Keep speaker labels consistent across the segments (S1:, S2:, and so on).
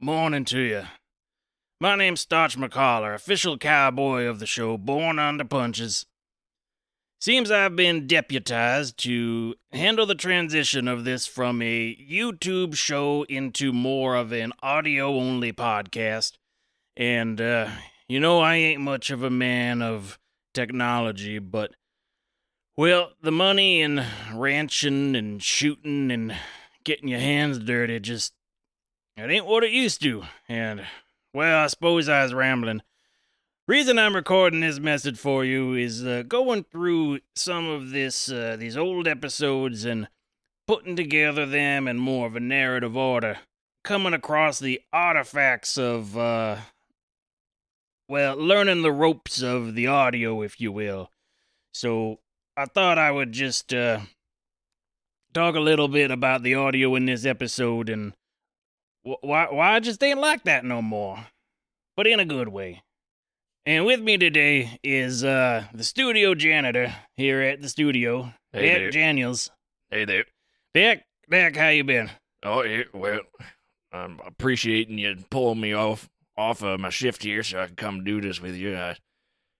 S1: Morning to you. My name's Starch McCollar, official cowboy of the show, born under punches. Seems I've been deputized to handle the transition of this from a YouTube show into more of an audio only podcast. And, uh, you know, I ain't much of a man of technology, but, well, the money and ranching and shooting and getting your hands dirty just it ain't what it used to. And, well, I suppose I was rambling. Reason I'm recording this message for you is uh, going through some of this uh, these old episodes and putting together them in more of a narrative order. Coming across the artifacts of uh, well, learning the ropes of the audio, if you will. So I thought I would just uh, talk a little bit about the audio in this episode and wh- why why I just ain't like that no more, but in a good way. And with me today is uh the studio janitor here at the studio,
S2: Hey
S1: Beck
S2: there.
S1: Daniels.
S2: Hey there.
S1: Beck, Beck, how you been?
S2: Oh, yeah, well, I'm appreciating you pulling me off off of my shift here so I can come do this with you. I,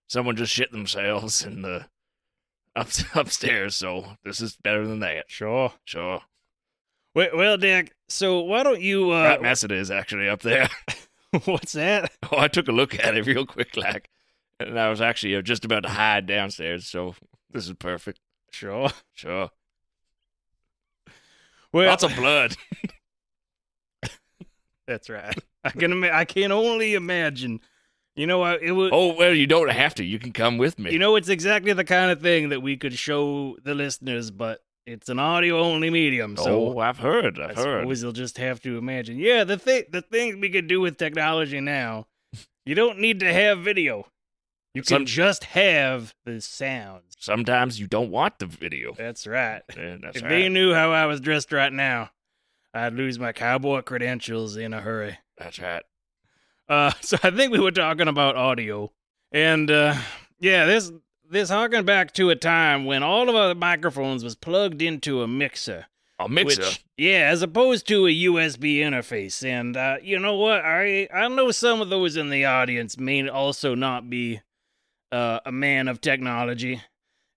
S2: someone just shit themselves in the up, upstairs, so this is better than that. uh,
S1: Sure.
S2: Sure.
S1: Well, well Dick, so why don't you uh
S2: that mess it is actually up there.
S1: what's that?
S2: oh, I took a look at it real quick, like, and I was actually uh, just about to hide downstairs, so this is perfect.
S1: Sure.
S2: Sure.
S1: Well,
S2: Lots of blood.
S1: that's right. I can ima- I can only imagine. You know, I, it was
S2: oh, well, you don't have to. You can come with me.
S1: you know it's exactly the kind of thing that we could show the listeners, but it's an audio only medium, so
S2: oh, I've heard. I've
S1: I
S2: heard.
S1: suppose you'll just have to imagine. Yeah, the thing the things we could do with technology now, you don't need to have video. You can
S2: Some-
S1: just have the sounds.
S2: Sometimes you don't want the video.
S1: That's right.
S2: Yeah, that's
S1: if
S2: right.
S1: they knew how I was dressed right now, I'd lose my cowboy credentials in a hurry.
S2: That's right.
S1: Uh, so I think we were talking about audio, and uh, yeah, this this harkened back to a time when all of our microphones was plugged into a mixer.
S2: A mixer.
S1: Which, yeah, as opposed to a USB interface. And uh, you know what? I I know some of those in the audience may also not be uh, a man of technology.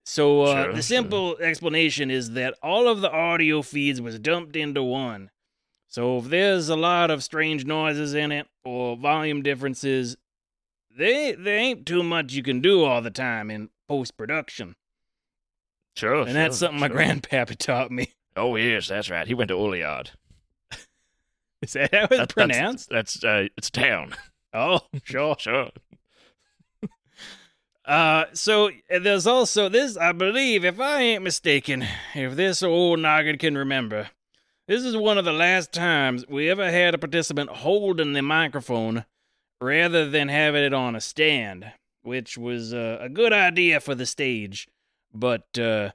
S1: So uh,
S2: Sure,
S1: the
S2: sure.
S1: simple explanation is that all of the audio feeds was dumped into one. So if there's a lot of strange noises in it or volume differences, they there ain't too much you can do all the time in post production.
S2: sure.
S1: and that's
S2: Oh, sure,
S1: something my
S2: sure.
S1: grandpappy taught me.
S2: Oh yes, that's right. He went to Oliard.
S1: Is that how it's
S2: That-
S1: pronounced?
S2: That's, that's uh, it's a town.
S1: Oh,
S2: Sure, sure.
S1: Uh, so uh, there's also this, I believe, if I ain't mistaken, if this old noggin can remember, this is one of the last times we ever had a participant holding the microphone rather than having it on a stand, which was uh, a good idea for the stage. But, uh,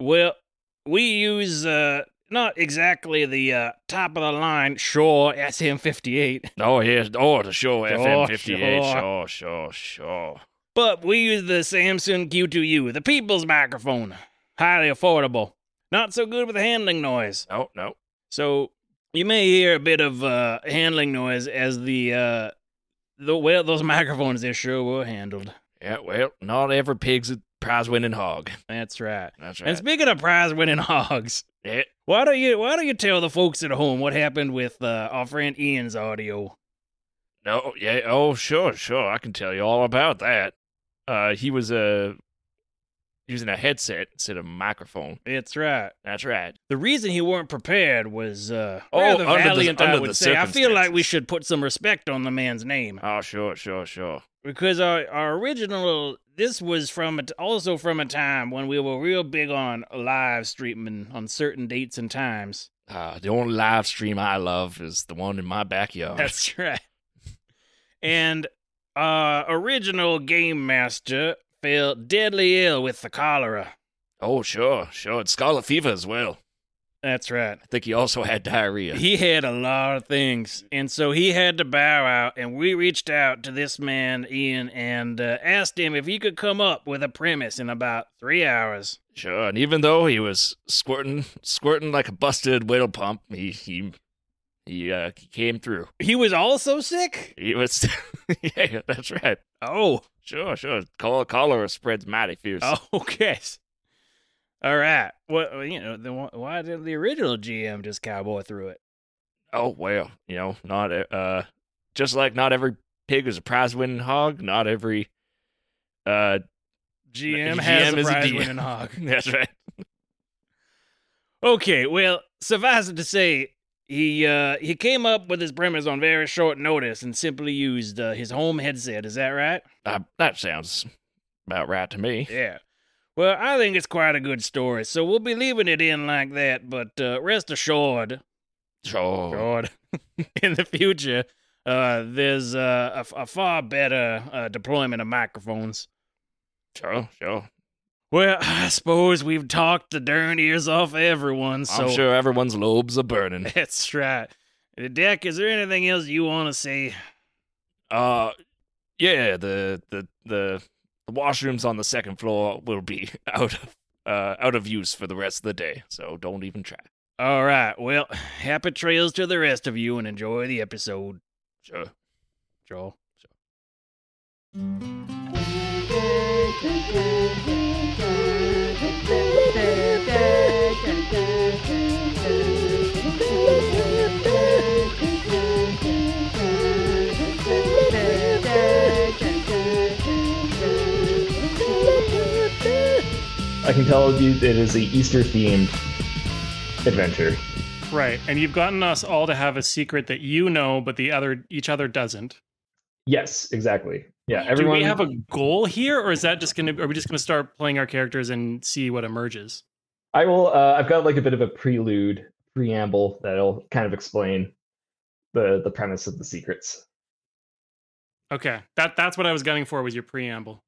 S1: well, we use, uh, not exactly the uh, top of the line, sure, SM58.
S2: Oh yes. Oh, the sure.
S1: Sure,
S2: FM fifty eight.
S1: sure.
S2: Sure, sure, sure.
S1: But we use the Samsung Q2U, the people's microphone. Highly affordable. Not so good with handling noise.
S2: No, no.
S1: So you may hear a bit of uh, handling noise as the uh, the well those microphones they sure were handled.
S2: Yeah. Well, not every pig's a prize winning hog.
S1: That's right.
S2: That's
S1: And
S2: right.
S1: speaking of prize winning hogs,
S2: Yeah.
S1: why don't you why don't you tell the folks at home what happened with uh, our friend Ian's audio?
S2: No. Yeah. Oh, sure, sure. I can tell you all about that. Uh, he was uh using a headset instead of a microphone.
S1: That's right.
S2: That's right.
S1: The reason he weren't prepared was uh,
S2: Oh,
S1: rather
S2: under the-
S1: valiant, I
S2: under
S1: would
S2: the
S1: say. I feel like we
S2: circumstances.
S1: should put some respect on the man's name.
S2: Oh, sure, sure, sure.
S1: because our, our original this was from a t- also from a time when we were real big on live streaming on certain dates and times
S2: Uh, the only live stream I love is the one in my backyard.
S1: that's right and uh original game master fell deadly ill with the cholera
S2: oh, sure, sure. It's scarlet fever as well.
S1: that's right
S2: I think he also had diarrhea.
S1: he had a lot of things and so he had to bow out and we reached out to this man ian and uh, asked him if he could come up with a premise in about three hours
S2: sure, and even though he was squirting, squirting like a busted whale pump, he he He uh, came through.
S1: He was also sick?
S2: He was, yeah, that's right.
S1: Oh,
S2: Sure, sure. Col- cholera spreads mighty fierce.
S1: oh, okay. All right. Well, you know, then wh- why did the original GM just cowboy through it?
S2: Oh well, you know, not e- uh, just like not every pig is a prize-winning hog. Not every uh,
S1: GM
S2: GM
S1: has a
S2: is a
S1: prize
S2: DM.
S1: winning hog.
S2: that's right.
S1: Okay, well, suffice it to say, he uh, he came up with his premise on very short notice and simply used uh, his home headset. Is that right?
S2: Uh, that sounds about right to me.
S1: Yeah. Well, I think it's quite a good story, so we'll be leaving it in like that. But uh, rest assured,
S2: Sure.
S1: God, in the future, uh, there's uh, a f- a, far better uh, deployment of microphones.
S2: Sure, sure.
S1: Well, I suppose we've talked the darn ears off everyone, so
S2: I'm sure everyone's lobes are burning.
S1: that's right. Deck, is there anything else you want to say?
S2: Uh, yeah, the the the the washrooms on the second floor will be out of uh out of use for the rest of the day, so don't even try.
S1: All right, well, happy trails to the rest of you and enjoy the episode,
S2: Sure.
S1: Joel.
S3: I can tell you it is a Easter themed adventure.
S4: Right, and you've gotten us all to have a secret that you know, but the other each other doesn't.
S3: Yes, exactly. Yeah, everyone.
S4: Do we have a goal here, or is that just gonna? Are we just gonna start playing our characters and see what emerges?
S3: I will. Uh, I've got like a bit of a prelude, preamble that'll kind of explain the the premise of the secrets.
S4: Okay, that that's what I was gunning for was your preamble.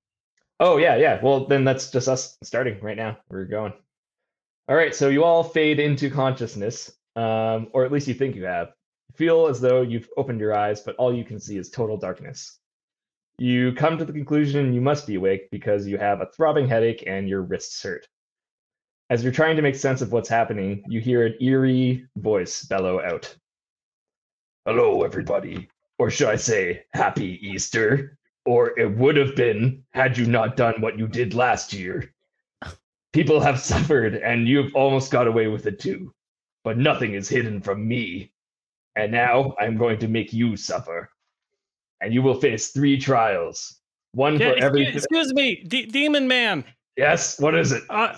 S3: Oh yeah, yeah. Well, then that's just us starting right now. We're going. All right, so you all fade into consciousness, um, or at least you think you have. Feel as though you've opened your eyes, but all you can see is total darkness. You come to the conclusion you must be awake because you have a throbbing headache and your wrists hurt. As you're trying to make sense of what's happening, you hear an eerie voice bellow out. Hello, everybody. Or should I say, Happy Easter? or it would have been had you not done what you did last year. People have suffered, and you've almost got away with it too. But nothing is hidden from me. And now I'm going to make you suffer. And you will face three trials. One
S4: Yeah,
S3: for every.
S4: excuse, excuse me, D- demon man.
S3: yes, what is it?
S4: Uh,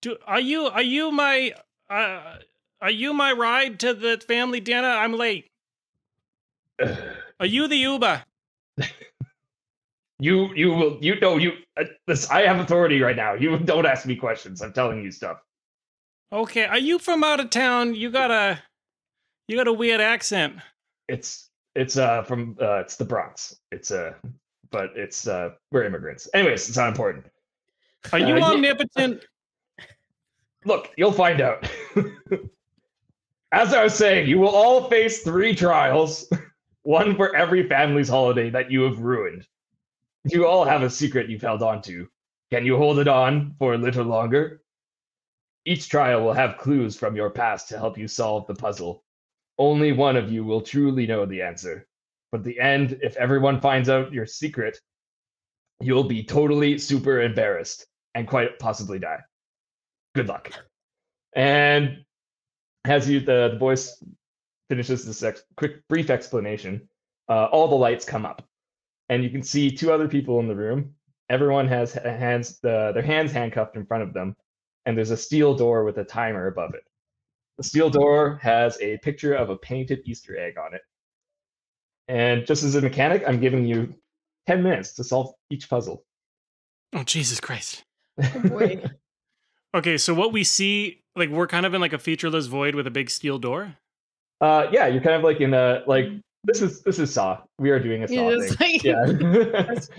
S4: do are you are you my uh, are you my ride to the family dinner? I'm late. Are you the Uber?
S3: You, you will, you know, you. Uh, this, I have authority right now. You don't ask me questions. I'm telling you stuff.
S4: Okay, are you from out of town? You got a you got a weird accent.
S3: it's it's uh from uh it's the Bronx. It's uh but it's uh we're immigrants. Anyways, it's not important.
S4: Are you
S3: Uh, yeah.
S4: omnipotent?
S3: Look, you'll find out. As I was saying, you will all face three trials, one for every family's holiday that you have ruined. You all have a secret you've held on to. Can you hold it on for a little longer? Each trial will have clues from your past to help you solve the puzzle. Only one of you will truly know the answer. But the end, if everyone finds out your secret, you'll be totally super embarrassed and quite possibly die good luck. And as you the, the voice finishes this ex- quick brief explanation, uh, all the lights come up, and you can see two other people in the room. Everyone has ha- hands the, their hands handcuffed in front of them, and there's a steel door with a timer above it. The steel door has a picture of a painted Easter egg on it. And just as a mechanic, I'm giving you 10 minutes to solve each puzzle.
S4: Oh Jesus Christ.
S5: boy.
S4: Okay, so what we see, like we're kind of in like a featureless void with a big steel door.
S3: Uh, yeah, you're kind of like in a like this is this is saw. We are doing a saw
S5: It is
S3: thing.
S5: like,
S3: Yeah.
S5: that's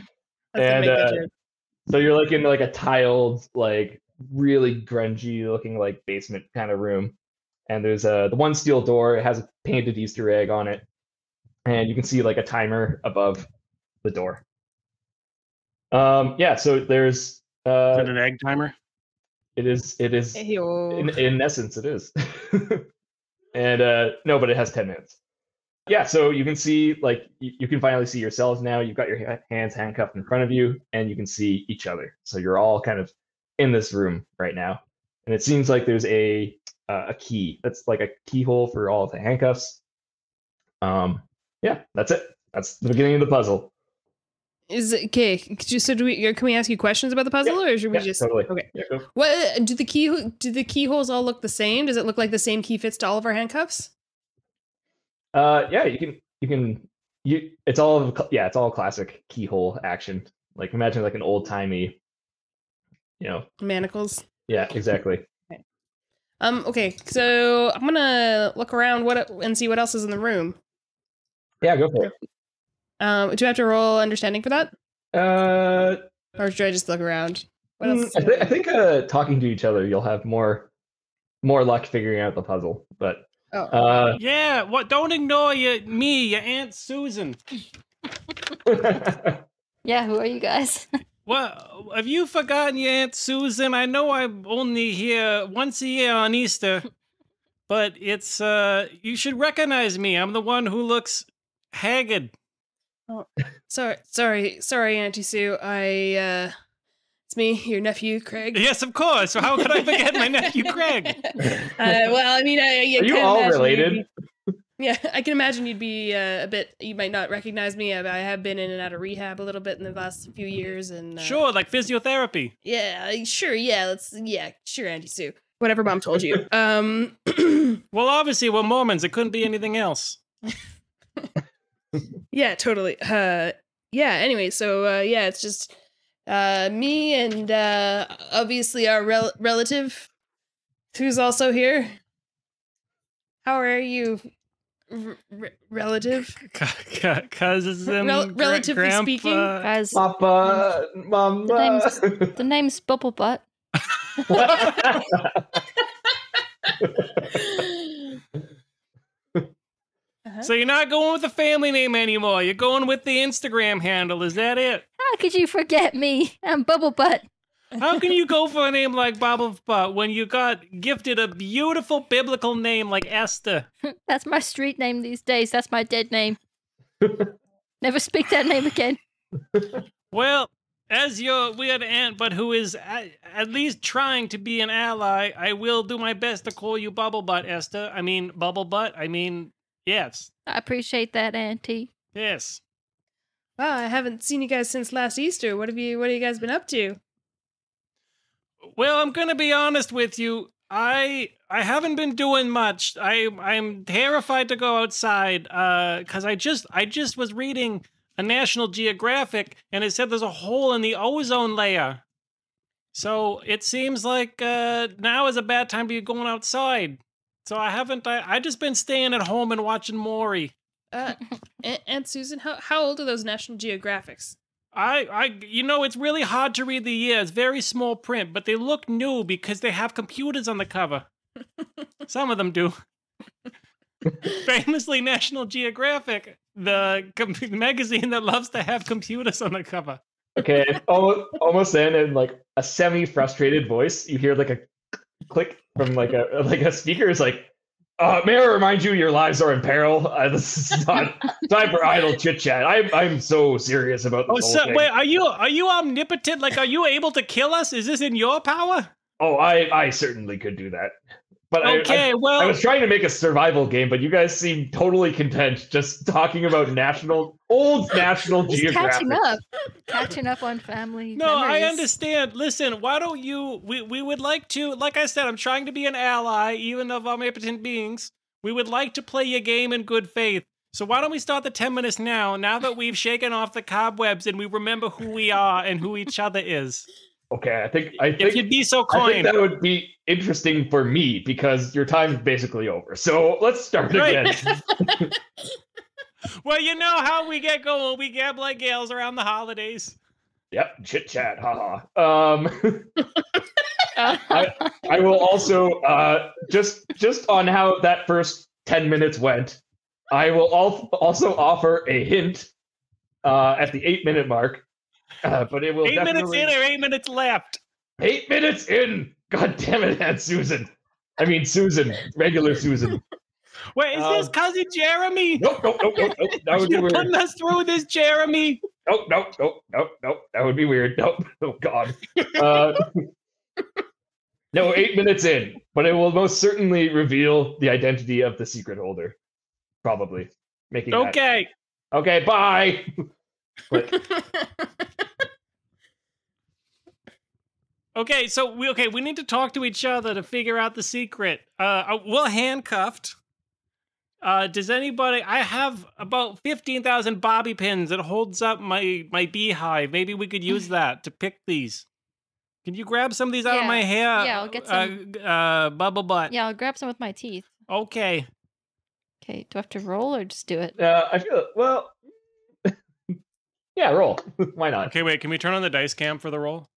S3: And,
S5: a mega
S3: uh,
S5: joke.
S3: so you're like in like a tiled, like really grungy looking like basement kind of room, and there's a the one steel door. It has a painted Easter egg on it, and you can see like a timer above the door. Um, yeah. So there's
S4: Is
S3: uh,
S4: it an egg timer?
S3: it is it is
S5: Hey, oh.
S3: in, in essence it is. And uh, no, but it has 10 minutes. Yeah, so you can see, like, you, you can finally see yourselves now. You've got your ha- hands handcuffed in front of you, and you can see each other. So you're all kind of in this room right now. And it seems like there's a uh, a key that's like a keyhole for all of the handcuffs. Um, yeah, that's it. That's the beginning of the puzzle.
S5: Is it, okay. could you- So do we? uh, Can we ask you questions about the puzzle, or should we
S3: Yeah,
S5: just?
S3: totally.
S5: Okay.
S3: Yeah, go.
S5: What uh, do the key? Do the keyholes all look the same? Does it look like the same key fits to all of our handcuffs?
S3: Uh, yeah, you can you can you. It's all of a cl- yeah, it's all classic keyhole action. Like imagine like an old timey. You know,
S5: Manacles.
S3: yeah, exactly.
S5: Um. Okay. So I'm gonna look around what and see what else is in the room.
S3: Yeah, go for
S5: Um. Do I have to roll understanding for that,
S3: it. Uh,
S5: or should I just look around? What
S3: mm,
S5: else?
S3: I, thi- I think uh, talking to each other, you'll have more more luck figuring out the puzzle. But
S5: Oh.
S3: uh,
S4: Yeah, what? Don't ignore you, me, your aunt Susan.
S6: Yeah, who are you guys?
S4: What? Have you forgotten your aunt Susan? I know I'm only here once a year on Easter, but it's uh, you should recognize me. I'm the one who looks haggard.
S5: Sorry. Sorry. Sorry, Auntie Sue. I. uh It's me, your nephew, Craig.
S4: Yes, of course. How could I forget my nephew Craig?
S5: Uh, well, I mean, I, I
S3: Are you
S5: can't
S3: all
S5: imagine you'd
S3: related?
S5: be- yeah, I can imagine you'd be uh, a bit. You might not recognize me. I, I have been in and out of rehab a little bit in the last few years, and uh,
S4: Sure, like physiotherapy.
S5: yeah, I- sure, yeah, let's, yeah, sure, Auntie Sue, whatever mom told you. Um,
S4: Well, obviously we're Mormons. It couldn't be anything else.
S5: yeah, totally. Uh, yeah. Anyway, so uh, yeah, it's just uh, me and uh, obviously our rel- relative, who's also here. How are you, r- r- relative?
S4: Cousin,
S5: Rel- relatively
S4: grandpa.
S5: speaking,
S6: Guys,
S3: Papa, Mama.
S6: name's- the name's Bubble Butt.
S4: So you're not going with the family name anymore. You're going with the Instagram handle. Is that it?
S6: How could you forget me? I'm Bubble Butt.
S4: How can you go for a name like Baba Butt when you got gifted a beautiful biblical name like Esther?
S6: That's my street name these days. That's my dead name. Never speak that name again.
S4: Well, as your weird aunt, but who is a- at least trying to be an ally, I will do my best to call you Bubble Butt, Esther. I mean, Bubble Butt. I mean, yes.
S6: I appreciate that, Auntie.
S4: Yes.
S5: Wow, I haven't seen you guys since last Easter. What have you What have you guys been up to?
S4: Well, I'm gonna be honest with you. I I haven't been doing much. I I'm terrified to go outside because I just I just was reading a National Geographic and it said there's a hole in the ozone layer. So it seems like uh, now is a bad time to be going outside. So I haven't. I I just been staying at home and watching Maury.
S5: Uh, Aunt, Aunt Susan, how how old are those National Geographics?
S4: I, I, you know, it's really hard to read the year. It's very small print, but they look new because they have computers on the cover. Some of them do. Famously, National Geographic, the com- magazine that loves to have computers on the cover.
S3: Okay, and almost, almost then, in like a semi-frustrated voice, you hear like a click from like a like a speaker. It's like, uh, "May I remind you, your lives are in peril. Uh, this is not time for idle chit chat. I'm I'm so serious about
S4: Oh,
S3: this whole
S4: so,
S3: thing.
S4: wait, are you are you omnipotent? Like, are you able to kill us? Is this in your power?
S3: Oh, I I certainly could do that, but I- I,
S4: Okay, well,
S3: I was trying to make a survival game, but you guys seem totally content just talking about national old National
S6: He's
S3: Geographic.
S6: catching up. catching up on family.
S4: No, I
S6: memories.
S4: understand. Listen, why don't you? We, we would like to, like I said, I'm trying to be an ally, even of omnipotent beings. We would like to play your game in good faith. So why don't we start the 10 minutes now, now that we've shaken off the cobwebs and we remember who we are and who each other is?
S3: Okay, I think I
S4: If
S3: think
S4: you'd be so
S3: I think
S4: kind.
S3: that would be interesting for me because your time's basically over. So let's start
S4: Right.
S3: again.
S4: Well, you know how we get going. We gab like gals around the holidays.
S3: yep, chit chat, haha. Um, I will also uh, just just on how that first ten minutes went. I will al- also offer a hint uh, at the eight minute mark, uh, but it will
S4: eight minutes
S3: definitely-
S4: in or eight minutes left.
S3: Eight minutes in. God damn it, Aunt Susan. I mean Susan, regular Susan.
S4: Wait, is this
S3: Um,
S4: cousin Jeremy?
S3: Nope, nope, nope, nope, nope. That would be
S4: You're
S3: weird.
S4: putting us through this, Jeremy.
S3: Nope, nope, nope, nope, nope. That would be weird. Nope. Oh God. Uh, no, eight minutes in, but it will most certainly reveal the identity of the secret holder. Probably making. that-
S4: Okay.
S3: Okay. Bye.
S4: Okay, so we okay, we need to talk to each other to figure out the secret. Uh, Uh we're handcuffed. Uh does anybody I have about 15,000 bobby pins that holds up my my beehive. Maybe we could use that to pick these. Can you grab some of these out of
S6: Yeah,
S4: my hair?
S6: yeah, I'll get
S4: Uh, uh bubble butt.
S6: Yeah, I'll grab some with my teeth.
S4: Okay.
S6: Okay, do I have to roll or just do it?
S3: Uh, I feel well. yeah. Roll. Why not?
S4: Okay, wait. Can we turn on the dice cam for the roll?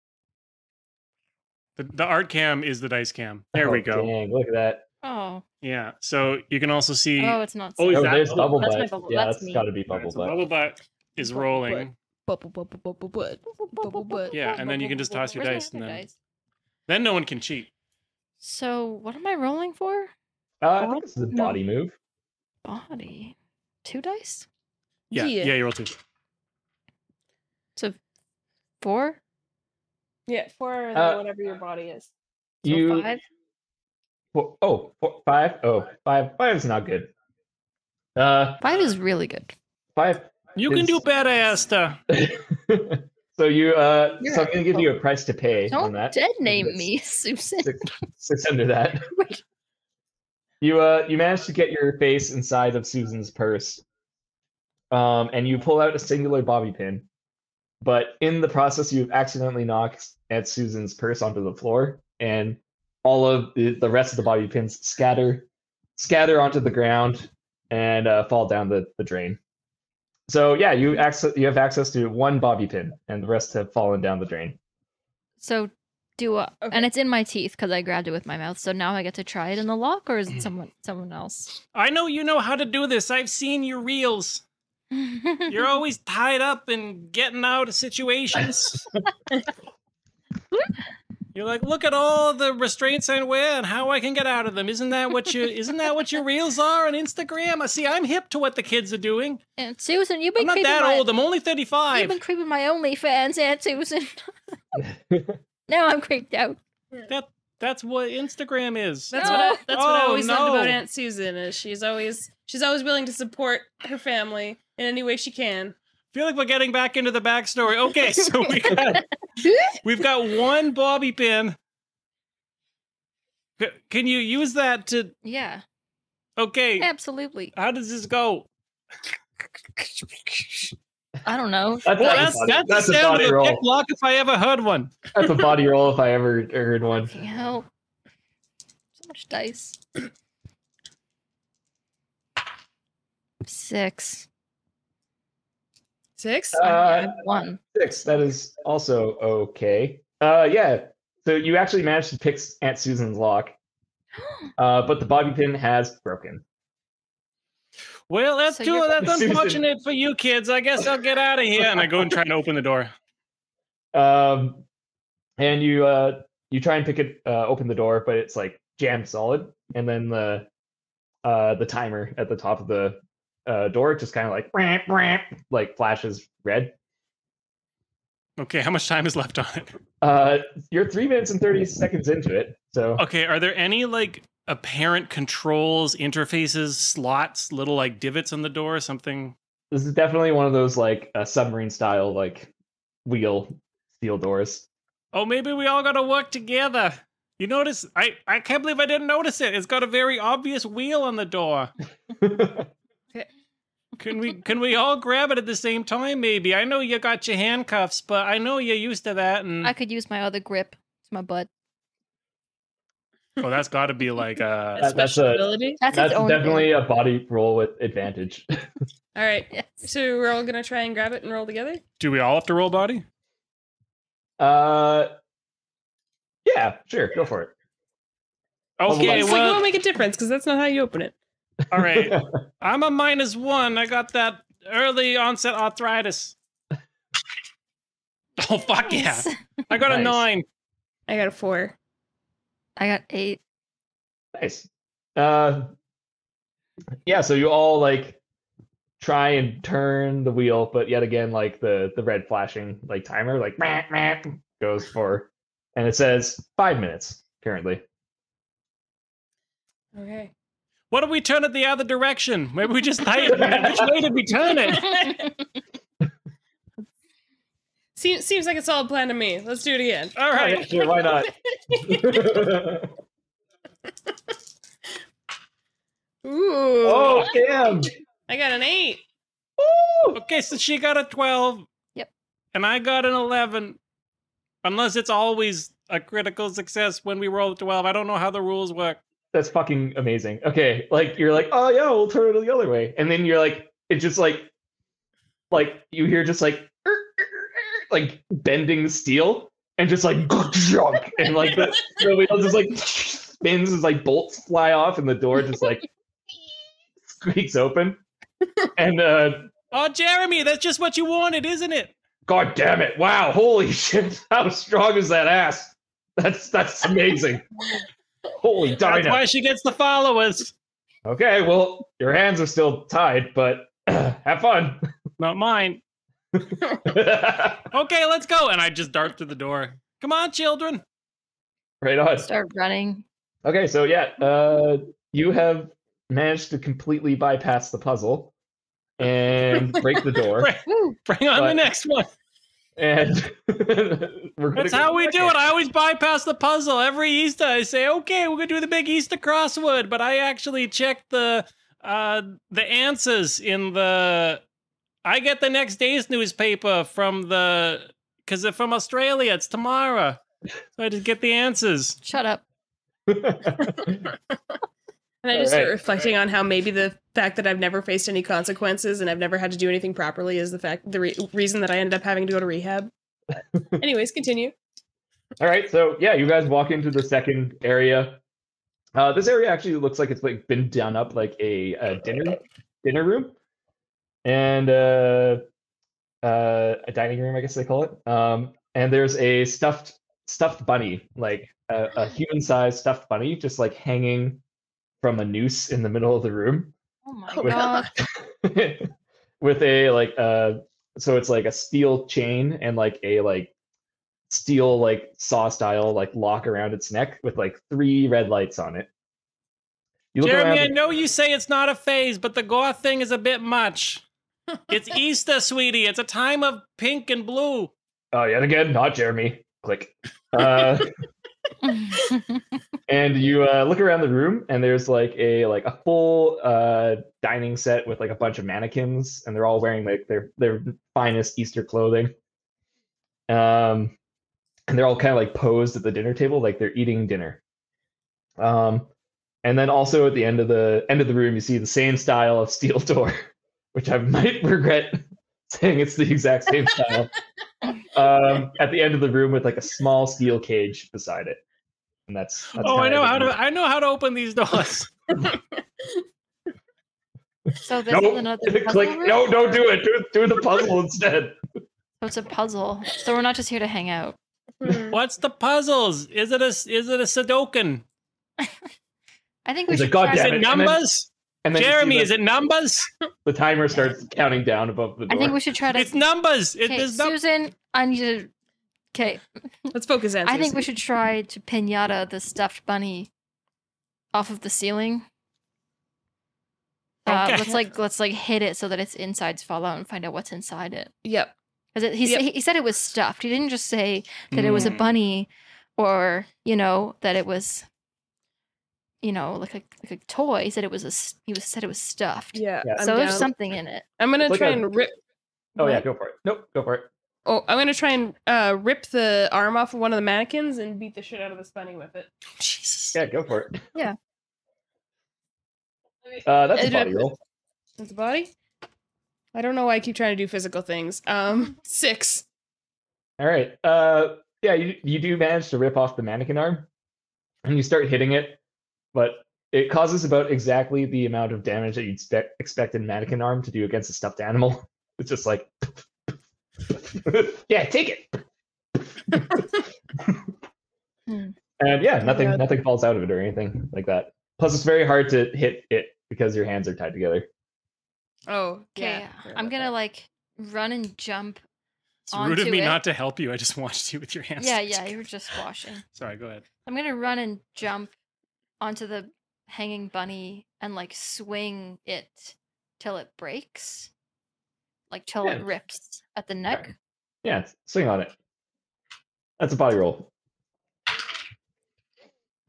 S4: The, the art cam is the dice cam. There we
S3: Oh,
S4: go.
S3: Dang, look at that.
S6: Oh,
S4: Yeah. So you can also see
S6: oh, it's not.
S4: Oh,
S6: safe.
S4: is
S3: Oh,
S4: that-
S3: there's
S4: oh,
S3: bubble
S6: that's
S3: butt.
S6: my bubble-
S3: Yeah,
S6: that's
S3: that's
S6: me.
S3: got to be bubble
S4: so
S3: butt.
S4: Bubble Butt is
S5: Bubble
S4: rolling.
S5: Bubble, bubble, bubble, bubble. Bubble, bubble.
S4: Yeah, and then you can just toss your
S6: Where's my
S4: dice and
S6: other
S4: then-
S6: dice?
S4: Then no one can cheat.
S6: So what am I rolling for?
S3: Uh, I think this is a
S6: No.
S3: body move.
S6: Body. Two dice.
S4: Yeah. Yeah,
S5: Yeah.
S4: you roll two.
S6: So four.
S5: Yeah, for
S3: Uh,
S5: whatever your body is.
S6: So
S3: You
S6: five.
S3: Four, oh, four, five. Oh, five. Five is not good. Uh,
S6: Five is really good.
S3: five.
S4: You can do
S3: It's-
S4: better, Esther.
S3: so you. Uh,
S6: You're
S3: so I'm gonna give you a price to pay on
S6: Don't
S3: that.
S6: dead name
S3: That's
S6: me, Susan.
S3: Six, six under that. you uh, you manage to get your face inside of Susan's purse, um, and you pull out a singular bobby pin, but in the process you've accidentally knocked at Susan's purse onto the floor, and all of the, the rest of the bobby pins scatter, scatter onto the ground, and uh, fall down the, the drain. So yeah, you access you have access to one bobby pin, and the rest have fallen down the drain.
S6: So do I,
S5: Okay.
S6: and it's in my teeth because I grabbed it with my mouth. So now I get to try it in the lock, or is it someone someone else?
S4: I know you know how to do this. I've seen your reels. You're always tied up and getting out of situations. You're like, look at all the restraints I wear and how I can get out of them. Isn't that what you? Isn't that what your reels are on Instagram? I see. I'm hip to what the kids are doing.
S6: Aunt Susan, you've been
S4: I'm not
S6: creeping
S4: that
S6: my,
S4: old. I'm only
S6: You've
S4: 35.
S6: been creeping my OnlyFans, Aunt Susan. now I'm creeped out.
S4: That's what Instagram is.
S5: That's what I,
S6: No.
S5: that's what I
S4: Oh,
S5: always loved about
S4: no.
S5: Aunt Susan is she's always she's always willing to support her family in any way she can.
S4: feel like we're getting back into the backstory. Okay, so we got we've got one bobby pin. C- Can you use that to?
S6: Yeah,
S4: Okay,
S6: absolutely.
S4: how does this go?
S6: I don't know.
S3: That's,
S4: Well,
S3: not a
S4: that's
S3: body-
S4: that's, the
S3: a
S4: sound
S3: body
S4: of a
S3: roll.
S4: pick lock if I ever heard one.
S3: That's a body roll if I ever heard one.
S6: Fucking hell. So much dice. Six.
S5: Six.
S6: I
S3: Uh,
S6: have one.
S3: six. That is also okay. Uh, yeah. So you actually managed to pick Aunt Susan's lock, uh, but the bobby pin has broken.
S4: Well, that's
S6: So
S4: too.
S6: you're-
S4: That's
S3: Susan.
S4: unfortunate for you kids. I guess I'll get out of here. And I go and try and open the door.
S3: Um, and you uh, you try and pick it, uh, open the door, but it's like jammed solid. And then the uh, the timer at the top of the uh, door just kind of like ramp ramp like flashes red.
S4: Okay, how much time is left on it?
S3: Uh, you're three minutes and thirty seconds into it, so
S4: Okay, are there any like apparent controls, interfaces, slots, little like divots on the door, something?
S3: this is definitely one of those like uh, submarine style like wheel steel doors.
S4: Oh, maybe we all gotta work together. You notice? I I can't believe I didn't notice it. It's got a very obvious wheel on the door. Can we can we all grab it at the same time? Maybe I know you got your handcuffs, but I know you're used to that. And
S6: I could use my other grip. It's my butt.
S4: oh, that's got to be like
S3: that-
S4: uh.
S5: That's
S3: that's
S5: special
S3: a-
S5: ability.
S6: That's,
S3: That's
S6: its own thing.
S3: definitely a body roll with advantage.
S5: All right.
S6: Yes.
S5: So we're all gonna try and grab it and roll together.
S4: Do we all have to roll body?
S3: Uh, yeah, sure, go for it.
S4: Okay,
S5: it's like, it
S4: well,
S5: won't make a difference because that's not how you open it.
S4: all right. I'm a minus one. I got that early onset arthritis. Oh fuck yeah!
S6: Yes.
S4: I got a
S3: Nice.
S4: nine.
S5: I got a four.
S6: I got eight.
S3: nice. Uh, yeah, so you all like try and turn the wheel, but yet again, like the the red flashing like timer, like meh, meh, goes for, and it says five minutes currently.
S5: Okay.
S4: What do we turn it the other direction? Maybe we just hide it. Which way did we turn it?
S5: Seems seems like a solid plan to me. Let's do it again.
S4: All
S3: Oh,
S4: right.
S3: yeah, sure, why not?
S5: Ooh.
S3: oh, damn!
S5: I got an eight.
S3: Woo!
S4: Okay, so she got a 12.
S6: Yep.
S4: And I got an 11. Unless it's always a critical success when we roll a 12. I don't know how the rules work.
S3: That's fucking amazing. Okay, like you're like, oh yeah, we'll turn it the other way, and then you're like, it's just like, like you hear just like, like bending steel, and just like, and like the, the wheel just like spins as like bolts fly off, and the door just like squeaks open, and uh,
S4: Oh, Jeremy, that's just what you wanted, isn't it?
S3: god damn it, wow, holy shit, how strong is that ass? That's that's amazing. Holy
S4: That's
S3: dynamite.
S4: why she gets the followers.
S3: Okay, well, your hands are still tied, but have fun.
S4: Not mine.
S3: right
S4: Okay, let's go. And I just dart through the door. Come on, children.
S3: on.
S6: Start running.
S3: Okay, so yeah, uh, you have managed to completely bypass the puzzle and break the door.
S4: Right.
S6: Woo.
S4: Bring on the
S3: But-
S4: next one.
S3: And we're gonna
S4: That's
S3: go
S4: how we
S3: back
S4: do it. I always bypass the puzzle every Easter. I say, okay, we're gonna do the big Easter crossword, but I actually check the uh, the answers in the. I get the next day's newspaper from the because they're from Australia. It's tomorrow, so I just get the answers.
S6: Shut up.
S5: And I
S3: All
S5: just start
S3: right.
S5: reflecting on how maybe the fact that I've never faced any consequences and I've never had to do anything properly is the fact the re- reason that I ended up having to go to rehab. But anyways, continue.
S3: All right, so yeah, you guys walk into the second area. Uh, this area actually looks like it's like been done up like a, uh dinner dinner room, and uh, uh, a dining room, I guess they call it. Um, and there's a stuffed stuffed bunny, like a, a human sized stuffed bunny, just like hanging from a noose in the middle of the room,
S6: Oh my
S5: Oh,
S6: god.
S3: with a like uh, so it's like a steel chain and like a like steel like saw style like lock around its neck with like three red lights on it. You look
S4: Jeremy, I
S3: around.
S4: know you say it's not a phase, but the goth thing is a bit much. It's Easter, sweetie. It's a time of pink and blue.
S3: Oh, yet again, not Jeremy. Click. Uh, and you uh, look around the room, and there's like a like a full uh, dining set with like a bunch of mannequins, and they're all wearing like their their finest Easter clothing. Um, and they're all kind of like posed at the dinner table, like they're eating dinner. Um, and then also at the end of the end of the room, you see the same style of steel door, which I might regret saying it's the exact same style. um, at the end of the room with like a small steel cage beside it, and that's, that's
S4: oh, I
S3: kinda
S4: know how
S3: everything.
S4: to. I know how to open these doors.
S6: so there's
S3: No,
S6: another puzzle
S3: click.
S6: room?
S3: No, don't do it. Do, do the puzzle instead.
S6: So it's a puzzle. So we're not just here to hang out.
S5: Hmm.
S4: What's the puzzles? Is it a is it a Sudoku?
S6: I think we
S3: It's a
S6: should try
S3: goddamn Damn
S4: Is
S3: it,
S4: it
S3: and then-
S4: numbers?
S3: And then you see
S4: Jeremy,
S3: the,
S4: is it numbers?
S3: The timer starts counting down above the
S6: I
S3: door.
S6: think we should try to
S4: It's numbers. It
S6: Okay,
S4: is num-
S6: Susan, I need to Okay.
S5: Let's focus answers.
S6: I think we should try to pinata the stuffed bunny off of the ceiling. Uh,
S4: Okay.
S6: Let's like let's like hit it so that its insides fall out and find out what's inside it.
S5: Yep.
S6: Because he
S5: Yep.
S6: sa- he said it was stuffed. He didn't just say that it was
S4: Mm. Hmm.
S6: a bunny, or you know that it was, you know, like a like a toy. He said it was a s- he was said it was stuffed.
S5: Yeah.
S3: Yeah.
S5: I'm,
S6: so
S5: down.
S6: there's something in it.
S5: I'm gonna
S3: It's like
S5: try
S3: a-
S5: and rip.
S3: Oh yeah,
S5: What?
S3: go for it. Nope, go for it.
S5: Oh, I'm gonna try and uh, rip the arm off of one of the mannequins and beat the shit out of this bunny with it.
S4: Jesus.
S3: Yeah, go for it.
S6: Yeah.
S3: Uh, that's a
S5: Uh, do I-
S3: body roll.
S5: With the body. I don't know why I keep trying to do physical things. Um, six.
S3: All right. Uh, yeah, you you do manage to rip off the mannequin arm, and you start hitting it, but it causes about exactly the amount of damage that you'd expect expect a mannequin arm to do against a stuffed animal. It's just like, yeah, take it.
S6: Hmm.
S3: and yeah, nothing
S5: Yeah.
S3: nothing falls out of it or anything like that. Plus, it's very hard to hit it because your hands are tied together.
S5: Oh,
S6: Okay,
S5: yeah. forgot
S6: I'm
S5: about
S6: gonna
S5: that.
S6: like run and jump.
S4: It's rude of
S6: Onto
S4: me
S6: it.
S4: not to help you. I just watched you with your hands.
S6: Yeah, yeah, you were just washing.
S4: Sorry, go ahead.
S6: I'm gonna run and jump onto the hanging bunny and like swing it till it breaks, like till
S3: Yeah.
S6: it rips at the neck.
S3: Yeah, swing on it. That's a body roll.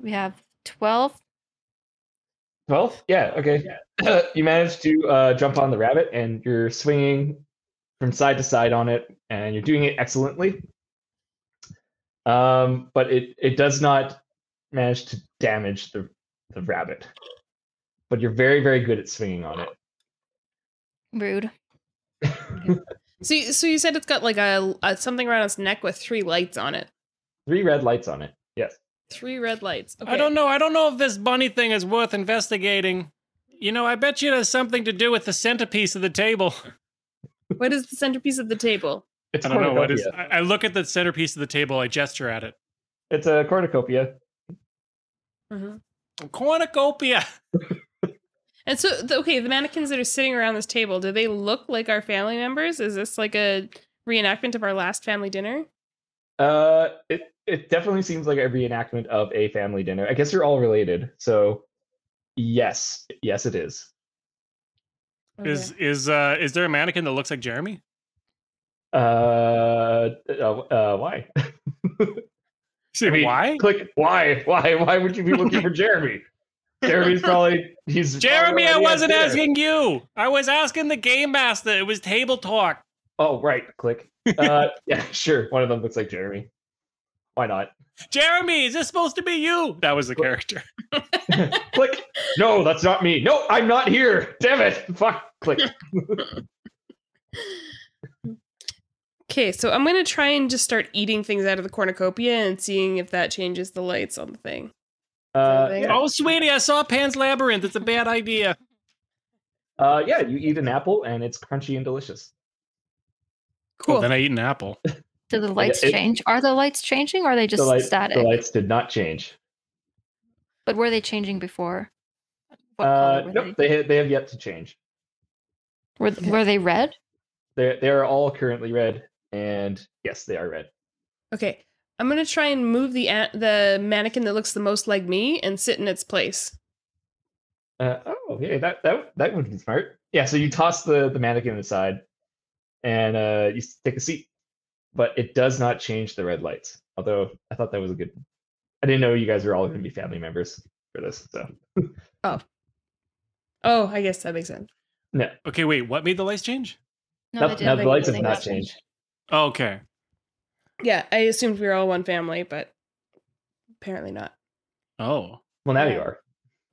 S6: We have twelve.
S3: 12 yeah okay you managed to uh, jump on the rabbit and you're swinging from side to side on it and you're doing it excellently um, but it, it does not manage to damage the, the rabbit but you're very very good at swinging on
S6: Rude.
S3: it
S5: So, you- so you said it's got like a, a something around its neck with three lights on it.
S3: three red lights on it yes
S5: Three red lights.
S4: I don't know. I don't know if this bunny thing is worth investigating. You know, I bet you it has something to do with the centerpiece of the table.
S5: What is the centerpiece of the table?
S3: it's
S4: I don't know what is.
S3: cornucopia.
S4: I, I look at the centerpiece of the table. I gesture at it.
S3: it's a cornucopia
S6: Mm-hmm.
S4: Cornucopia.
S5: And so, the, okay, the mannequins that are sitting around this table, do they look like our family members? Is this like a reenactment of our last family dinner?
S3: uh, it, it definitely seems like a reenactment of a family dinner i guess you're all related so yes yes it is
S4: Is is uh is there a mannequin that looks like Jeremy?
S3: Uh, uh, uh why?
S4: See,
S3: mean,
S4: why?
S3: Click why? Why? Why would you be looking for Jeremy? Jeremy's probably he's probably
S4: Jeremy, I
S3: already at
S4: wasn't
S3: dinner.
S4: asking you. I was asking the game master. It was table talk.
S3: Oh right, click. Uh, yeah, sure. One of them looks like Jeremy. Why not?
S4: Jeremy, is this supposed to be you? That was the character.
S3: Click. No, that's not me. No, I'm not here. Damn it! Fuck. Click. Uh,
S5: Okay, so I'm gonna try and just start eating things out of the cornucopia and seeing if that changes the lights on the thing.
S3: Uh,
S5: Something.
S3: yeah.
S4: Oh, sweetie, I saw Pan's Labyrinth. It's a bad idea.
S3: uh, yeah. You eat an apple and it's crunchy and delicious.
S5: Cool.
S4: Oh, then I eat an apple.
S6: Do the lights
S3: it-
S6: change? Are the lights changing? Or are they just
S3: the, light,
S6: static?
S3: the lights did not change.
S6: But were they changing before? What
S3: Uh,
S6: color were
S3: nope,
S6: they?
S3: they ha- they have yet to change.
S6: Were, th- were they red?
S3: They they are all currently red, and yes, they are red.
S5: okay, I'm gonna try and move the a- the mannequin that looks the most like me and sit in its place.
S3: Uh, oh, yeah, that that that would be smart. Yeah, so you toss the the mannequin aside, and uh, you s- take a seat, but it does not change the red lights. Although I thought that was a good. I didn't know you guys were all going to be family members for this. So
S5: Oh, I guess that makes sense.
S4: Okay, wait, what made the lights change?
S6: No,
S3: now,
S6: they didn't.
S3: now the
S5: They did
S3: lights have
S5: change.
S3: not changed.
S4: Oh, okay.
S5: Yeah, I assumed we were all one family, but apparently not.
S4: Oh.
S3: Well, now you
S6: Yeah.
S3: are.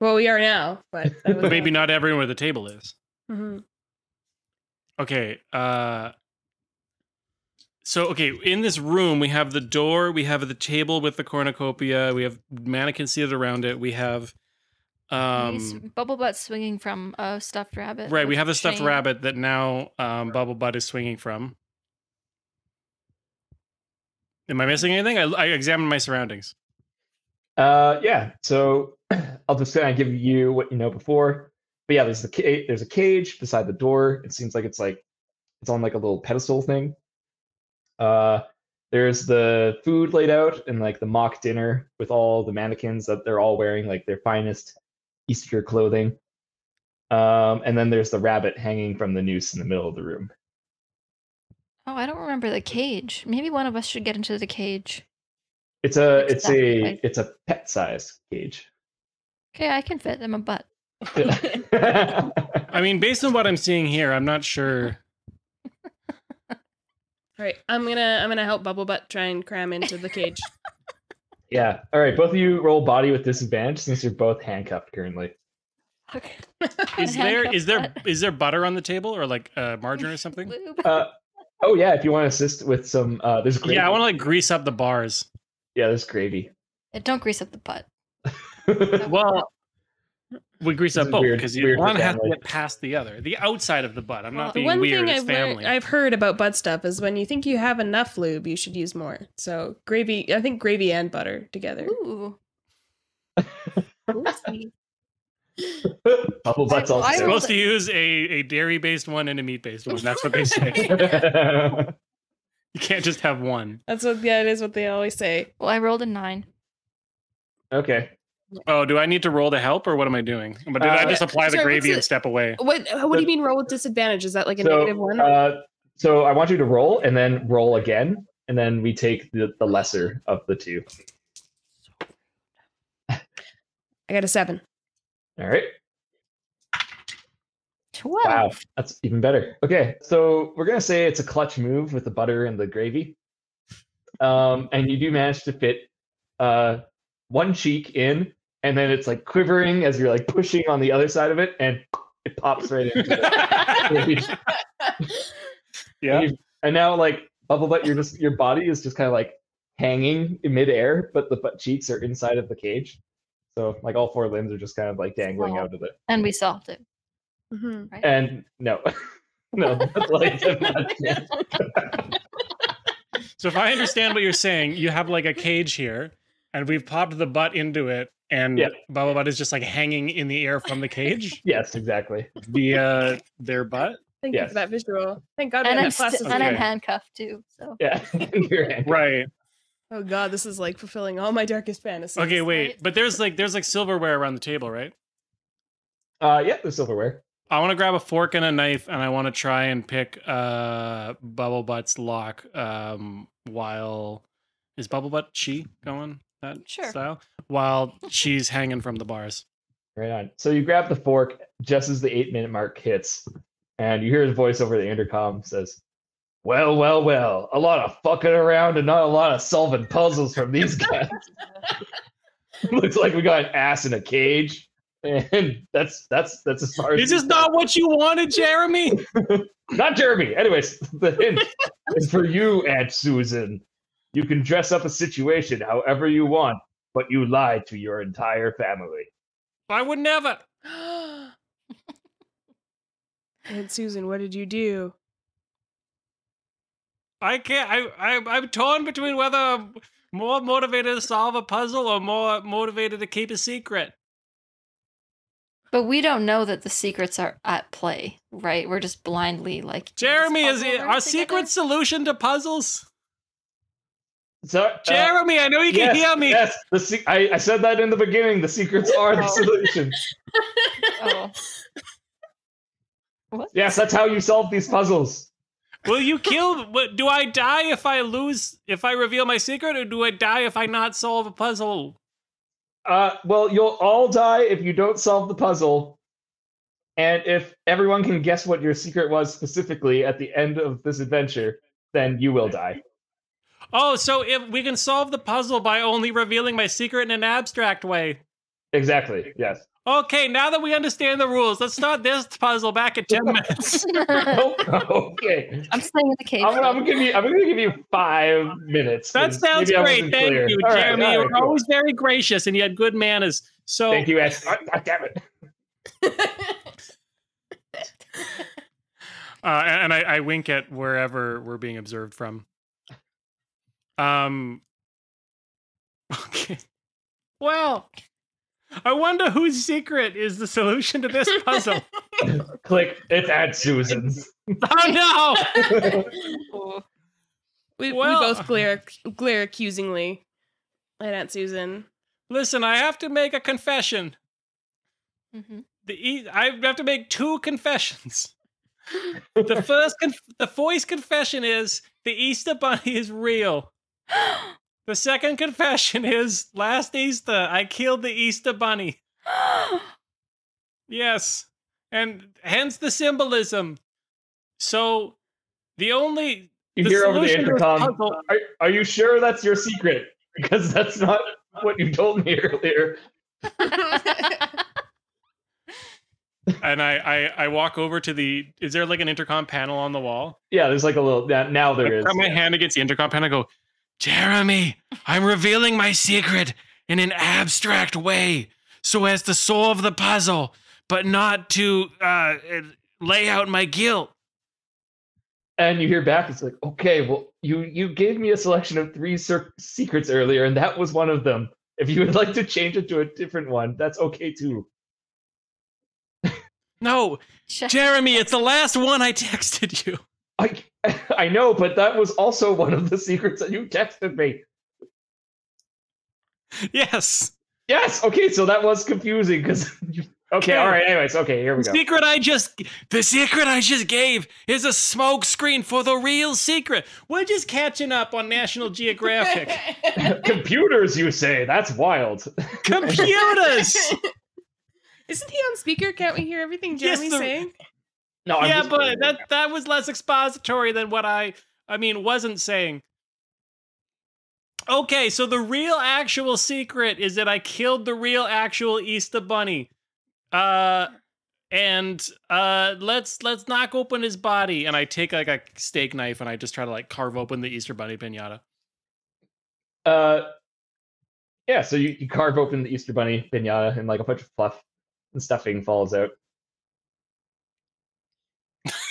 S5: Well, we are now, but that was
S4: Maybe not everyone where the table is.
S5: Mhm.
S4: Okay. Uh so okay, in this room we have the door, we have the table with the cornucopia, we have mannequins seated around it, we have
S6: He's
S4: um
S6: bubble butt swinging from a stuffed rabbit.
S4: right, we
S6: with
S4: have a stuffed
S6: chain.
S4: rabbit that now um Bubble Butt is swinging from. Am I missing anything? I, I examined my surroundings.
S3: Uh, yeah. So I'll just kind of give you what you know before. But yeah, there's the ca- there's a cage beside the door. It seems like it's like it's on like a little pedestal thing. Uh, there's the food laid out and like the mock dinner with all the mannequins that they're all wearing like their finest Easter clothing. Um, and then there's the rabbit hanging from the noose in the middle of the room.
S6: Oh, I don't remember the cage. Maybe one of us should get into the cage.
S3: It's a it's a
S6: Exactly.
S3: it's a pet size cage.
S6: Okay, I can fit in my butt.
S4: I mean, based on what I'm seeing here, I'm not sure.
S5: All right, I'm gonna I'm gonna help Bubble Butt try and cram into the cage.
S3: Yeah. All right. Both of you roll body with disadvantage since you're both handcuffed currently.
S6: Okay.
S4: Is there is there
S6: Handcuff
S4: is there butter on the table or like uh, margarine or something?
S6: Lube.
S3: Uh, oh yeah. If you want to assist with some, uh, there's gravy.
S4: Yeah, I want to like grease up the bars.
S3: Yeah, there's gravy.
S6: Uh, Don't grease up the butt.
S4: Well, we grease
S3: This
S4: up
S3: is
S4: both
S3: weird-
S4: because
S3: weird for
S4: one has to
S3: family.
S4: get past the other, the outside of the butt. I'm
S6: Well,
S4: not
S6: the
S4: being
S5: One
S4: weird.
S5: thing
S4: it's
S5: I've learned,
S4: family.
S5: I've heard about butt stuff is when you think you have enough lube, you should use more. So gravy, I think gravy and butter together.
S6: Ooh. Oopsie.
S3: Couple butts all
S5: I- I
S3: the
S5: will-
S4: Supposed to use a, a dairy based one and a meat based one. That's Oh, what they say.
S3: same.
S4: You can't just have one.
S5: That's what yeah, it is what they always say.
S6: Well, I rolled a nine.
S3: okay.
S4: Oh, do I need to roll to help or what am I doing? But did I
S3: Uh,
S4: just apply the
S5: sorry,
S4: gravy
S5: what's
S4: and
S5: it-
S4: step away?
S5: What what do you mean roll with disadvantage? Is that like a
S3: So,
S5: negative one?
S3: Uh, so I want you to roll and then roll again, and then we take the, the lesser of the two.
S5: I got a seven.
S3: All right.
S6: Twelve.
S3: Wow, that's even better. Okay, so we're gonna say it's a clutch move with the butter and the gravy, um, and you do manage to fit uh, one cheek in, and then it's like quivering as you're like pushing on the other side of it, and it pops right in.
S4: Yeah.
S3: and now like bubble butt, you're just your body is just kind of like hanging in midair, but the butt cheeks are inside of the cage, so like all four limbs are just kind of like dangling
S6: Oh.
S3: out of it.
S6: And we solved it.
S5: Mm-hmm.
S3: And no, no, that's like that's not it.
S4: So if I understand what you're saying, you have like a cage here, and we've popped the butt into it, and
S3: Yeah.
S4: Bubba Butt is just like hanging in the air from the cage
S3: Yes, exactly.
S4: via their butt.
S5: Thank you
S3: Yes.
S5: for that visual. Thank God. we
S6: And
S5: had
S6: I'm
S5: that class
S6: st-
S5: this
S6: and I'm
S4: Okay.
S5: week.
S6: handcuffed too. So
S3: Yeah. Your hand.
S4: Right.
S5: oh God, this is like fulfilling all my darkest fantasies.
S4: Okay,
S6: right?
S4: wait. But there's like there's like silverware around the table, right?
S3: Uh, yeah, the silverware.
S4: I want to grab a fork and a knife, and I want to try and pick uh Bubble Butt's lock. Um, while is Bubble Butt she going that
S6: Sure.
S4: style? While she's hanging from the bars.
S3: Right on. So you grab the fork just as the eight minute mark hits, and you hear his voice over the intercom says, Well, well, well, a lot of fucking around and not a lot of solving puzzles from these guys. Looks like we got an ass in a cage. And that's that's that's as far as
S4: Is this not what you wanted, Jeremy?
S3: not Jeremy. Anyways, the hint is for you, Aunt Susan. You can dress up a situation however you want, but you lie to your entire family.
S4: I would never.
S5: and Susan, what did you do?
S4: I can't. I, I I'm torn between whether I'm more motivated to solve a puzzle or more motivated to keep a secret.
S6: But we don't know that the secrets are at play, right? We're just blindly like. in this
S4: Jeremy is
S6: puzzle
S4: it
S6: we're
S4: our
S6: together.
S4: secret solution to puzzles.
S3: So, uh,
S4: Jeremy, I know you can
S3: yes,
S4: hear me.
S3: Yes, the se- I, I said that in the beginning. The secrets are the
S6: Oh.
S3: solution.
S6: Oh. What?
S3: Yes, that's how you solve these puzzles.
S4: Will you kill? what- Do I die if I lose? If I reveal my secret, or do I die if I not solve a puzzle?
S3: Uh, well, you'll all die if you don't solve the puzzle. And if everyone can guess what your secret was specifically at the end of this adventure, then you will die.
S4: Oh, so if we can solve the puzzle by only revealing my secret in an abstract way.
S3: Exactly. Yes.
S4: Okay, now that we understand the rules, let's start this puzzle back in ten minutes.
S6: I'm
S3: Oh, okay.
S6: staying in the cave.
S3: I'm gonna, I'm gonna give you. I'm gonna give you five minutes.
S4: That
S3: 'cause
S4: sounds
S3: maybe I
S4: great.
S3: wasn't
S4: Thank
S3: clear.
S4: you,
S3: All right,
S4: Jeremy.
S3: all
S4: you
S3: right,
S4: were
S3: cool.
S4: always very gracious and you had good manners. So
S3: Thank you, Ash. God damn it.
S4: Uh, and I, I wink at wherever we're being observed from. Um. Okay. Well, I wonder whose secret is the solution to this puzzle.
S3: Click. It's at Susan's.
S4: oh no!
S6: Oh.
S5: We,
S4: Well-
S5: we both glare glare accusingly at Aunt Susan.
S4: Listen, I have to make a confession.
S6: Mhm.
S4: The e- I have to make two confessions. The first, conf- the voice confession is the Easter Bunny is real. The second confession is last Easter I killed the Easter Bunny. Yes. And hence the symbolism. So the only
S3: You
S4: the
S3: hear over the
S4: solution to this
S3: intercom.
S4: puzzle-
S3: Are, are you sure that's your secret? Because that's not what you told me earlier.
S6: Mm-hmm.
S4: and I, I I walk over to the is there like an intercom panel on the wall?
S3: Yeah, there's like a little. Now, now there
S4: I
S3: is.
S4: Put my hand against the intercom panel I go, Jeremy, I'm revealing my secret in an abstract way so as to solve the puzzle, but not to uh, lay out my guilt.
S3: And you hear back. It's like, okay, well, you you gave me a selection of three cer- secrets earlier, and that was one of them. If you would like to change it to a different one, that's okay too.
S4: No,
S6: Shut-
S4: Jeremy, it's the last one I texted you.
S3: I I know, but that was also one of the secrets that you texted me.
S4: Yes.
S3: Yes. Okay. So that was confusing because. Okay. All right. Anyways. Okay. Here we go.
S4: Secret I just the secret I just gave is a smoke screen for the real secret. We're just catching up on National Geographic.
S3: Computers, you say? That's wild.
S4: Computers.
S5: Isn't he on speaker? Can't we hear everything
S4: Yes,
S5: Jeremy's
S4: the-
S5: saying?
S3: No. I'm
S4: yeah,
S3: just-
S4: but that that was less expository than what I I mean wasn't saying. Okay, so the real actual secret is that I killed the real actual Easter bunny. Uh and uh let's let's knock open his body and I take like a steak knife and I just try to like carve open the Easter bunny piñata.
S3: Uh, yeah. So you, you carve open the Easter Bunny pinata, and like a bunch of fluff and stuffing falls out.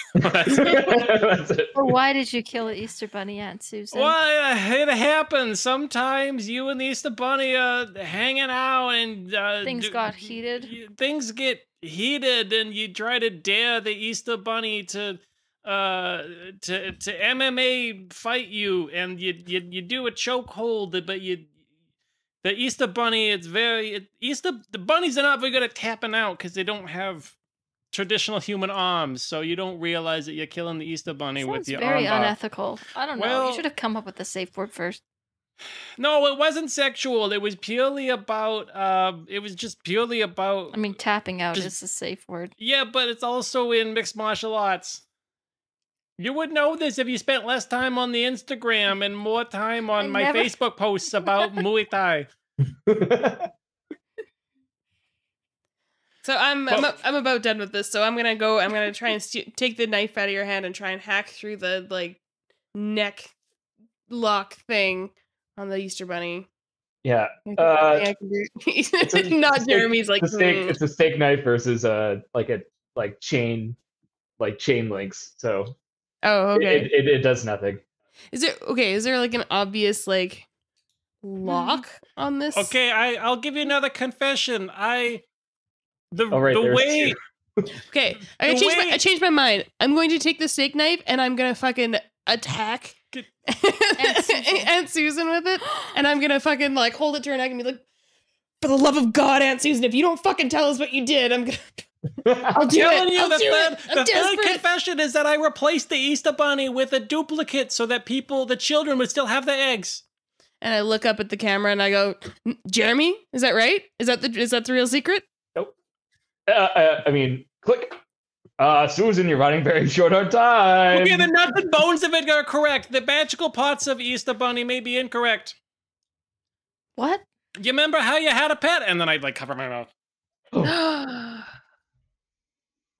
S3: That's it.
S6: Well, why did you kill the Easter Bunny, Aunt Susan?
S4: Well, it happens. Sometimes you and the Easter Bunny are hanging out, and uh,
S6: Things got heated.
S4: you- Things get heated, and you try to dare the Easter Bunny to uh to to MMA fight you, and you you, you do a chokehold, but you. The Easter Bunny, it's very it, Easter. The bunnies are not very good at tapping out because they don't have traditional human arms, so you don't realize that you're killing the Easter Bunny with
S6: Sounds
S4: your
S6: very
S4: arm bar.
S6: unethical. I don't know.
S4: Well-
S6: you should have come up with a safe word first.
S4: No, it wasn't sexual. It was purely about. Um, it was just purely about.
S6: I mean, tapping out
S4: Just-
S6: is a safe word.
S4: yeah, but it's also in mixed martial arts. You would know this if you spent less time on the Instagram and more time on
S6: I
S4: my
S6: never-
S4: Facebook posts about Muay Thai.
S5: So I'm I'm,
S4: Well-
S5: I'm about done with this. So I'm gonna go. I'm gonna try and stu- take the knife out of your hand and try and hack through the like neck lock thing on the Easter bunny.
S3: yeah.
S5: I think
S3: Uh,
S5: I can do
S3: it's a-
S5: it. Not
S3: it's a-
S5: Jeremy's like
S3: it's a steak.
S4: mm.
S5: "Hmm."
S3: It's a steak knife versus a like a like chain, like chain links. So
S5: oh
S3: it-
S5: okay.
S3: it, it, it does nothing.
S5: Is there okay? Is there like an obvious like Hmm. lock on this?
S4: Okay, I I'll give you another confession. I the
S3: All right,
S4: the
S3: there's
S4: way
S5: Okay. I
S4: The
S5: changed,
S4: way-
S5: my, I changed my mind. I'm going to take the steak knife and I'm going to fucking attack
S4: Good.
S6: Aunt Susan.
S5: Aunt Susan with it. And I'm going to fucking like hold it to her neck and be like, for the love of God, Aunt Susan, if you don't fucking tell us what you did, I'm gonna.
S3: Uh,
S5: I'll do
S4: telling
S5: it.
S4: you
S5: I'll
S4: the
S5: do
S4: third,
S5: it.
S4: the
S5: I'm
S4: third
S5: desperate.
S4: confession is that I replaced the Easter bunny with a duplicate so that people the children would still have the eggs.
S5: and I look up at the camera and I go, "N- Jeremy, is that right? Is that the is that the real secret?
S3: Uh, uh, I mean, click. Uh, Susan, you're running very short on time.
S4: Okay, then not the bones of it are correct. The magical parts of Easter Bunny may be incorrect.
S6: What?
S4: You remember how you had a pet? And then I'd like cover my mouth.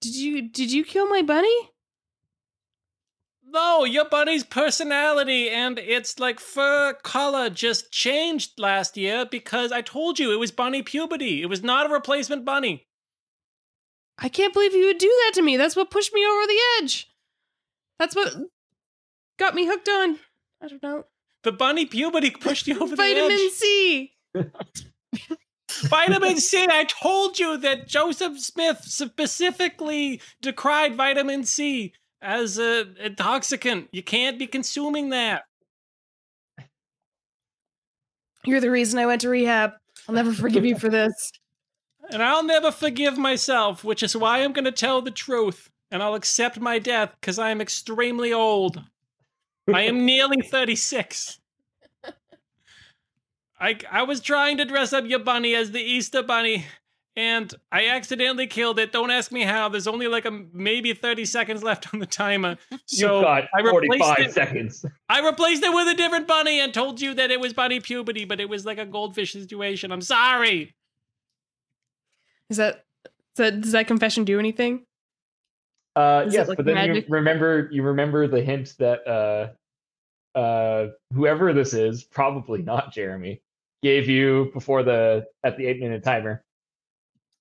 S5: did you did you kill my bunny?
S4: No, your bunny's personality and its like fur color just changed last year because I told you it was bunny puberty. It was not a replacement bunny.
S5: I can't believe you would do that to me. That's what pushed me over the edge. That's what got me hooked on. I don't know.
S4: The bunny puberty pushed you over
S5: Vitamin
S4: the
S5: C.
S4: edge. Vitamin C. I told you that Joseph Smith specifically decried vitamin C as a intoxicant. You can't be consuming that.
S5: You're the reason I went to rehab. I'll never forgive you for this.
S4: And I'll never forgive myself, which is why I'm going to tell the truth. And I'll accept my death because I am extremely old. I am nearly 36. I, I was trying to dress up your bunny as the Easter bunny, and I accidentally killed it. Don't ask me how. There's only like a maybe 30 seconds left on the timer. So
S3: You've got
S4: I replaced
S3: 45
S4: it.
S3: seconds.
S4: I replaced it with a different bunny and told you that it was bunny puberty, but it was like a goldfish situation. I'm sorry.
S5: Is that, is that does that confession do anything?
S3: Uh,
S5: Is it
S3: yes,
S5: like
S3: but then
S5: magic?
S3: you remember you remember the hint that uh, uh, whoever this is, probably not Jeremy, gave you before the at the eight minute timer,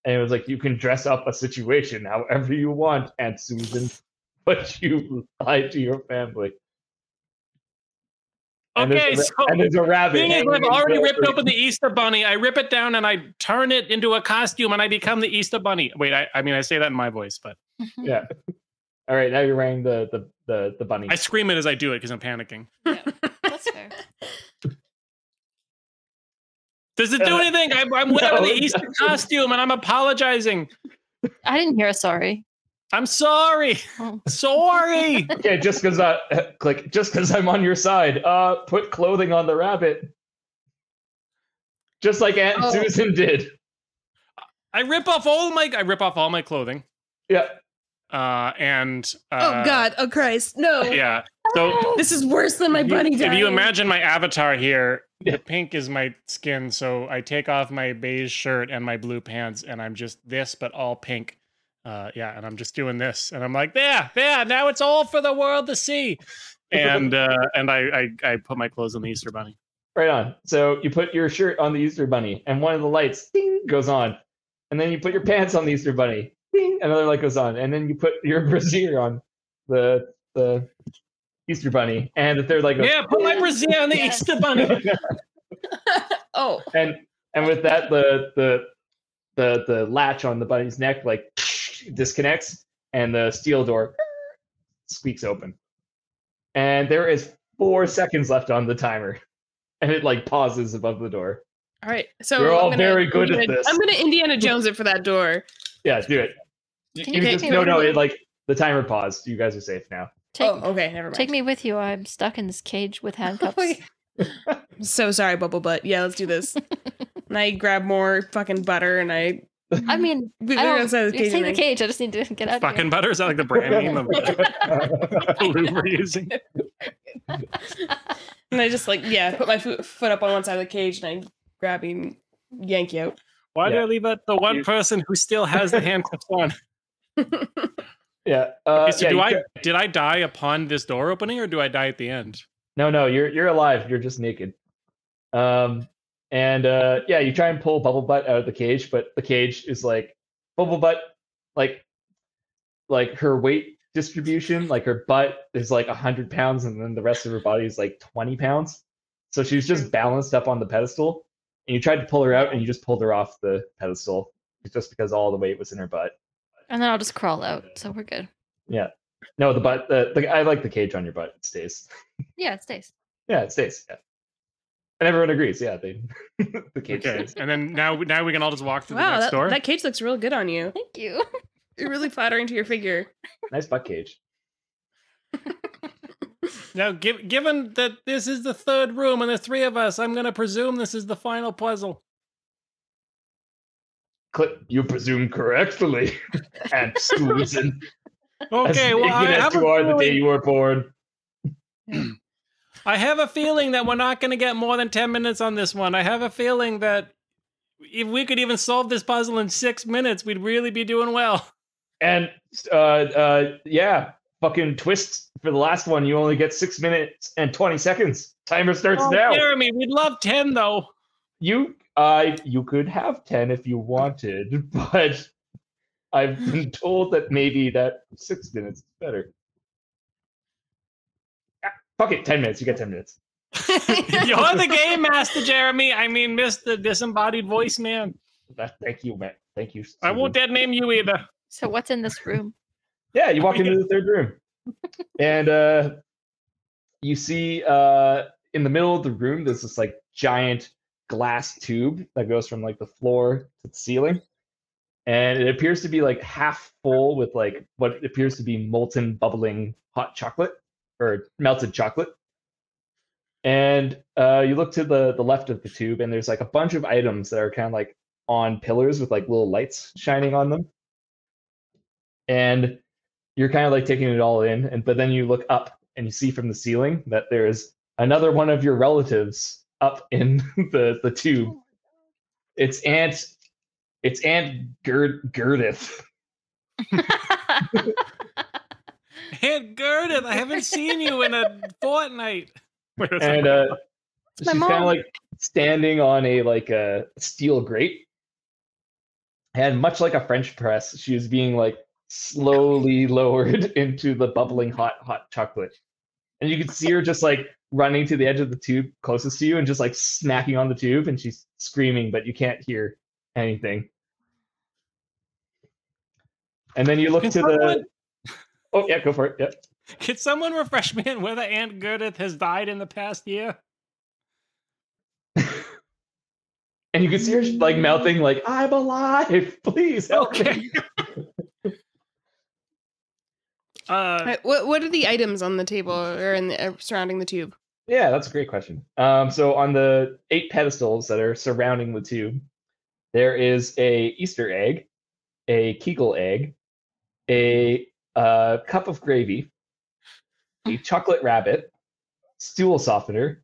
S3: and it was like you can dress up a situation however you want, Aunt Susan, but you lie to your family. and
S4: Okay,
S3: there's a, ra-
S4: so
S3: and there's a rabbit.
S4: Being as I've
S3: hanging
S4: already
S3: from a
S4: ripped
S3: tree.
S4: open the Easter Bunny, I rip it down and I turn it into a costume and I become the Easter Bunny. Wait, I, I mean, I say that in my voice, but
S3: Yeah. All right, now you're wearing the the the, the bunny.
S4: I scream it as I do it because I'm panicking.
S6: That's fair.
S4: Does it do
S3: Uh,
S4: anything? I'm, I'm wearing
S3: no,
S4: the
S3: it
S4: Easter costume and I'm apologizing.
S6: I didn't hear a sorry.
S4: I'm sorry.
S6: Oh.
S4: Sorry.
S3: Okay, just because I click, just because I'm on your side. Uh, put clothing on the rabbit, just like Aunt
S5: Oh.
S3: Susan did.
S4: I rip off all my I rip off all my clothing.
S3: Yeah,
S4: Uh and uh,
S5: oh God! Oh Christ! No!
S4: Yeah. So
S5: This is worse than my
S4: you-
S5: bunny.
S4: if
S5: dying.
S4: you imagine my avatar here,
S3: Yeah.
S4: the pink is my skin, so I take off my beige shirt and my blue pants, and I'm just this, but all pink. Uh, yeah, and I'm just doing this, and I'm like, there, there. Now it's all for the world to see. And uh, and I, I I put my clothes on the Easter bunny.
S3: right on. So you put your shirt on the Easter bunny, and one of the lights ding goes on, and then you put your pants on the Easter bunny, ding, another light goes on, and then you put your brassiere on the the Easter bunny, and the third light goes.
S4: Yeah, put my brassiere on the
S6: Yes.
S4: Easter bunny.
S5: oh,
S3: and and with that the the the the latch on the bunny's neck like disconnects and the steel door squeaks open and there is four seconds left on the timer and it like pauses above the door
S5: all right. So
S3: You're all
S5: I'm gonna,
S3: very good
S5: I'm
S3: at
S5: gonna-
S3: this.
S5: I'm gonna Indiana Jones it for that door.
S3: yeah do it You-
S6: Can
S3: you
S6: you take
S3: just-
S6: me
S3: no
S6: with
S3: no
S6: you?
S3: it like the timer paused you guys are safe now
S6: Take,
S5: oh, okay, never mind.
S6: take me with you. I'm stuck in this cage with handcuffs.
S5: Okay. I'm so sorry, Bubble Butt. Yeah, let's do this. and I grab more fucking butter and I.
S6: I mean,
S5: We
S6: I
S5: were
S6: don't,
S5: outside the
S6: you
S5: cage
S6: take
S5: and
S6: the
S5: I-
S6: cage. I just need to get out. of
S4: Fucking
S6: here.
S4: butter is that like the brand name of the glue we're using?
S5: And I just like, yeah, put my fo- foot up on one side of the cage and I grab him, yank you out.
S4: Why did
S3: Yeah.
S4: I leave out the one
S3: You-
S4: person who still has the handcuffs on?
S3: yeah uh
S4: Okay, so
S3: yeah,
S4: do
S3: you
S4: I
S3: ca-
S4: did I die upon this door opening, or do I die at the end?
S3: no no you're you're alive you're just naked um and uh yeah you try and pull bubble butt out of the cage but the cage is like bubble butt like like her weight distribution like her butt is like 100 pounds and then the rest of her body is like 20 pounds so she was just balanced up on the pedestal and you tried to pull her out and you just pulled her off the pedestal just because all the weight was in her butt
S6: And then I'll just crawl out. So we're good.
S3: no the butt the, the i like the cage on your butt it stays
S6: Yeah, it stays.
S3: yeah it stays yeah and everyone agrees yeah they the cage
S4: Okay,
S3: stays.
S4: and then now now we can all just walk through the
S5: Wow,
S4: next
S5: that,
S4: door.
S5: that cage looks real good on you.
S6: Thank you.
S5: You're really flattering to your figure.
S3: nice butt cage
S4: Now, giv given that this is the third room and there's three of us, I'm going to presume this is the final puzzle.
S3: Clip, you presume correctly, Aunt Susan.
S4: Okay, well I
S3: Even as
S4: have, a
S3: you are the day
S4: feeling,
S3: you were born.
S4: I have a feeling that we're not going to get more than ten minutes on this one. I have a feeling that if we could even solve this puzzle in six minutes, we'd really be doing well.
S3: And uh, uh, yeah, fucking twist for the last one. You only get six minutes and twenty seconds. Timer starts
S4: Oh,
S3: now.
S4: Jeremy, we'd love ten though.
S3: You, uh, you could have ten if you wanted, but I've been told that maybe that six minutes is better. Ah, Fuck it, ten minutes. You get ten minutes.
S4: You're the game master, Jeremy. I mean, Mr. Disembodied Voice Man.
S3: That- Thank you, Matt. Thank you.
S4: I won't
S3: Susan.
S4: dead name you either.
S6: So what's in this room?
S3: Yeah, you walk into the third room, and uh, you see uh, in the middle of the room there's this like giant glass tube that goes from like the floor to the ceiling, and it appears to be like half full with like what appears to be molten, bubbling hot chocolate or melted chocolate. And uh, you look to the the left of the tube, and there's like a bunch of items that are kind of like on pillars with like little lights shining on them. And you're kind of like taking it all in, and but then you look up and you see from the ceiling that there is another one of your relatives up in the the tube. It's Aunt, it's Aunt Gerd Gerdith.
S6: Hmm,
S4: Aunt Gerda, I haven't seen you in a fortnight. Wait a
S3: and
S4: second.
S3: uh,
S6: my
S3: she's kind of
S6: mom.
S3: like standing on a like a steel grate, and much like a French press, she is being like slowly lowered into the bubbling hot hot chocolate. and you can see her just like running to the edge of the tube closest to you and just like smacking on the tube and she's screaming but you can't hear anything and then you look
S4: Can
S3: to the
S4: someone-
S3: oh yeah go for it yep
S4: Could someone refresh me on whether Aunt Gertrude has died in the past year?
S3: and you can see her like mouthing like i'm alive please help me."
S4: Okay. uh,
S5: Right, what what are the items on the table or in the, uh, surrounding the tube?
S3: Yeah, that's a great question. Um, so on the eight pedestals that are surrounding the tube, there is a Easter egg, a Kegel egg, a uh, cup of gravy, a chocolate rabbit, stool softener,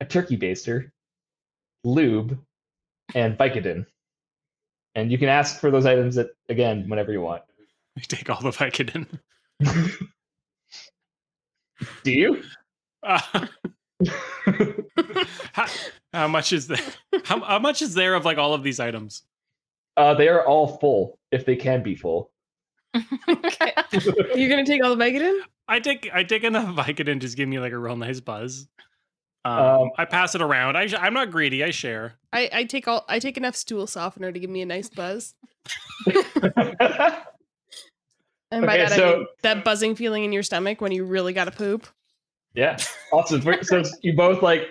S3: a turkey baster, lube, and Vicodin. And you can ask for those items at, again whenever you want.
S4: we take all the Vicodin.
S3: Do you?
S4: Uh, how, how much is there? How, how much is there of like all of these items?
S3: Uh, they are all full if they can be full.
S5: Okay. You're gonna take all the Vicodin?
S4: I take I take enough Vicodin to give me like a real nice buzz. Um,
S3: Um,
S4: I pass it around. I sh- I'm not greedy. I share.
S5: I, I take all I take enough stool softener to give me a nice buzz. And by
S3: Okay,
S5: that I
S3: so-
S5: mean that buzzing feeling in your stomach when you really gotta poop.
S3: Yeah. Awesome. We're- so you both like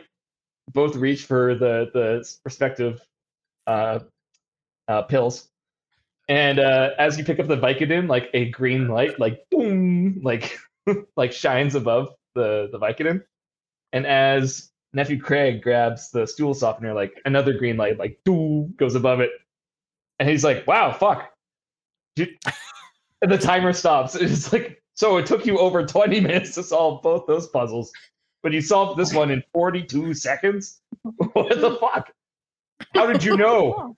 S3: both reach for the the respective uh, uh, pills, and uh, as you pick up the Vicodin, like a green light, like boom, like like shines above the the Vicodin, and as nephew Craig grabs the stool softener, like another green light, like doo goes above it, and he's like, "Wow, fuck!" Did- and the timer stops. It's like so. It took you over twenty minutes to solve both those puzzles, but you solved this one in forty-two seconds. What the fuck? How did you know?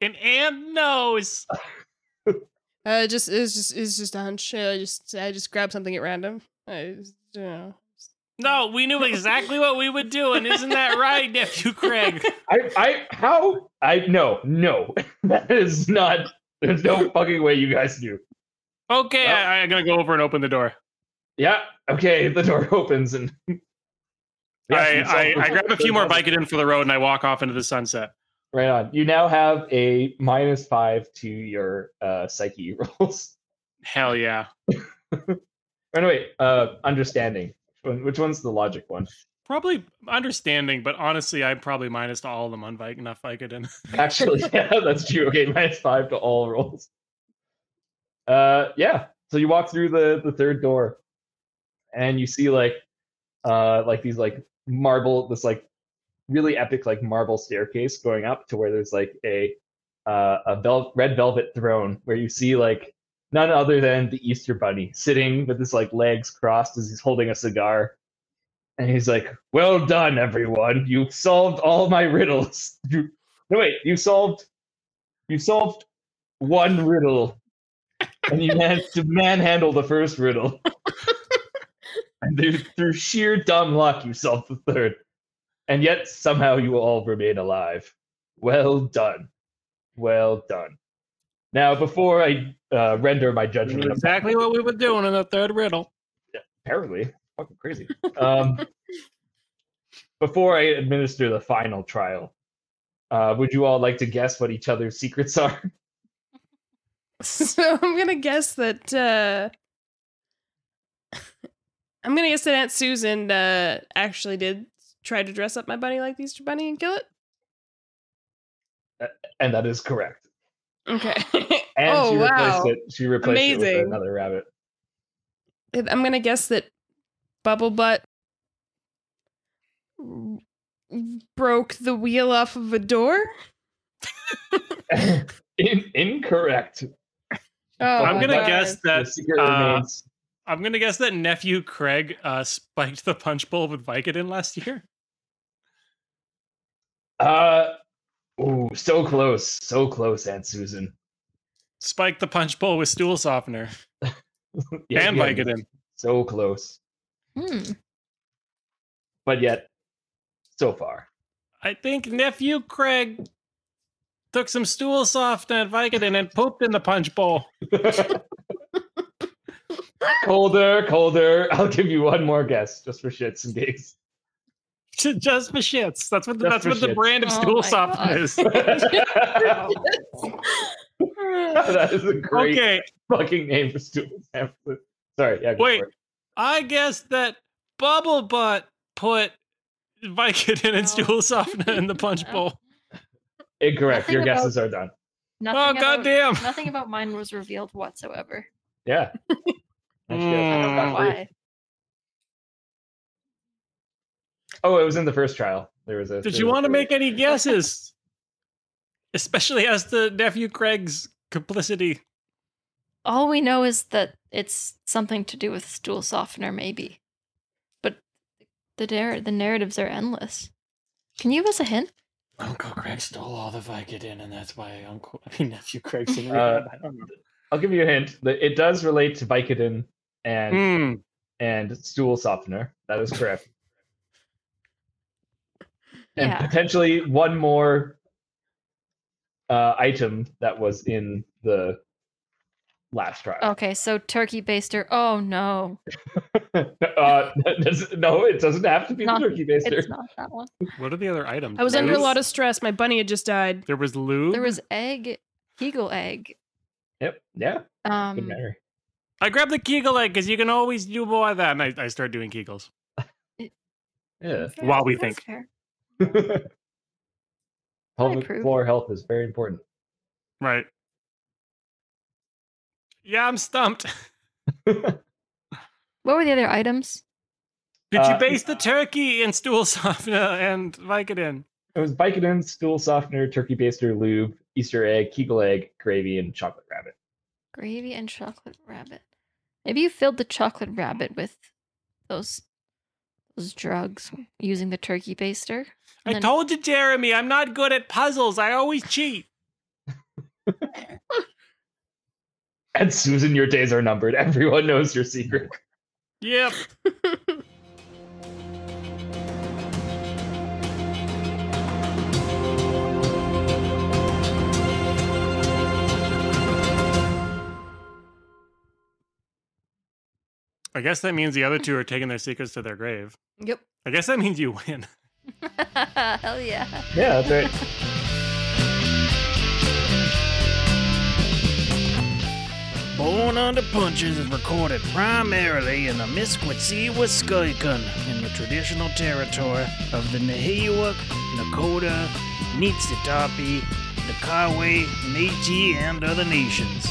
S4: And Anne knows.
S5: Uh, just it's just it's just a hunch. Uh, I just I just grabbed something at random. I just, you know.
S4: No, we knew exactly what we would do, and isn't that right, nephew Craig?
S3: I, I, how? I no, no. That is not. There's no fucking way you guys do.
S4: Okay,
S3: Well-
S4: I, I'm gonna go over and open the door.
S3: Yeah. Okay. The door opens and. Yes, you
S4: I,
S3: solved
S4: I, I
S3: the-
S4: grab a few more Vicodin for the road and I walk off into the sunset.
S3: Right on. You now have a minus five to your uh, psyche rolls.
S4: Hell yeah.
S3: Or no, wait. Uh, understanding. Which one- Which one's the logic one?
S4: Probably understanding, but honestly, I'm probably minus to all of them on Vic- enough Vicodin.
S3: Actually, yeah, that's true. Okay, minus five to all rolls. Uh, yeah. So you walk through the the third door, and you see like, uh, like these like marble, this like really epic like marble staircase going up to where there's like a uh, a vel- red velvet throne where you see like none other than the Easter Bunny sitting with his like legs crossed as he's holding a cigar. And he's like, "Well done, everyone! You solved all my riddles. You no wait, you solved you solved one riddle. And you managed to manhandle the first riddle. and through, through sheer dumb luck you solved the third. And yet somehow you all remain alive. Well done. Well done. Now before I uh, render my judgment of-
S4: exactly what we were doing in the third riddle.
S3: apparently fucking crazy um before i administer the final trial uh would you all like to guess what each other's secrets are
S5: So I'm gonna guess that uh I'm gonna guess that Aunt Susan uh actually did try to dress up my bunny like the Easter bunny and kill it.
S3: and that is correct
S5: Okay.
S3: and
S5: oh
S3: she replaced
S5: wow.
S3: it she replaced it with
S5: Amazing.
S3: another rabbit
S5: I'm gonna guess that Bubble Butt w- broke the wheel off of a door.
S3: In- incorrect
S5: Oh,
S4: I'm
S5: my
S4: gonna
S5: God.
S4: guess
S3: the
S4: that
S3: secret
S4: uh,
S3: remains
S4: I'm gonna guess that nephew Craig uh, spiked the punch bowl with Vicodin last year.
S3: uh ooh so close so close aunt susan
S4: Spiked the punch bowl with stool softener
S3: Yeah,
S4: and
S3: yeah,
S4: Vicodin.
S3: so close
S6: Hmm.
S3: but yet so far
S4: I think nephew Craig took some stool softener and Vicodin and pooped in the punch bowl.
S3: colder, colder. I'll give you one more guess just for shits and gigs.
S4: Just for shits. That's what the,
S3: Just
S4: that's
S3: for
S4: what the
S3: shits.
S4: brand of
S6: Oh
S4: school
S6: my
S4: soft
S6: God.
S4: is.
S3: that
S5: Yes.
S3: is a great
S4: Okay,
S3: fucking name for students. Sorry. Yeah, go
S4: Wait.
S3: for it.
S4: I guess that Bubble Butt put Vicodin
S6: No.
S4: and stool softener in the punch
S6: No.
S4: bowl.
S3: Incorrect.
S6: Nothing
S3: Your
S6: about-
S3: guesses are done.
S4: Oh
S6: Nothing about,
S4: goddamn!
S6: Nothing about mine was revealed whatsoever.
S3: Yeah. Nice guess.
S6: I don't
S4: Mm.
S6: know why.
S3: Oh, it was in the first trial. There was a.
S4: Hmm. Did
S3: there
S4: you
S3: was a
S4: want to
S3: theory.
S4: make any guesses? Especially as to nephew Craig's complicity.
S6: All we know is that it's something to do with stool softener, maybe. But the dar- the narratives are endless. Can you give us a hint?
S4: Uncle Craig stole all the Vicodin, and that's why Uncle, I mean nephew Craig's in
S3: rehab.
S4: I don't know.
S3: I'll give you a hint. that It does relate to Vicodin and
S4: Hmm.
S3: and stool softener. That is correct. and
S6: Yeah.
S3: potentially one more uh, item that was in the last trial.
S6: Okay, so turkey baster. Oh no,
S3: uh, does- no, it doesn't have to be
S6: Not-
S3: the turkey baster.
S6: it's not that one.
S4: Hmm. What are the other items?
S5: I was under a
S4: Lube?
S5: lot of stress. My bunny had just died.
S4: There was lube.
S6: There was egg, eagle egg.
S3: Yep. Yeah. Good
S6: Um,
S3: memory.
S4: I grabbed the Kegel egg because you can always do more of that, and I, I start doing Kegels.
S3: Yeah.
S6: fair,
S4: While we
S6: that's
S4: think.
S6: fair.
S3: Pelvic
S6: approve.
S3: floor health is very important.
S4: Right. Yeah, I'm stumped.
S6: What were the other items?
S4: Did
S3: Uh,
S4: you base the turkey in stool softener and Vicodin?
S3: It was Vicodin, stool softener, turkey baster, lube, Easter egg, Kegel egg, gravy, and chocolate rabbit.
S6: Gravy and chocolate rabbit. Maybe you filled the chocolate rabbit with those those drugs using the turkey baster.
S4: I
S6: then-
S4: told you, Jeremy, I'm not good at puzzles. I always cheat.
S3: And Susan, your days are numbered. Everyone knows your secret.
S4: Yep. I guess that means the other two are taking their secrets to their grave.
S5: Yep.
S4: I guess that means you win.
S6: Hell yeah.
S3: Yeah, that's right.
S1: Born Under Punches is recorded primarily in the Miskwetziwaskuykan in the traditional territory of the Nahiwak, Nakota, Nitsitapi, the Kawe, Metis, and other nations.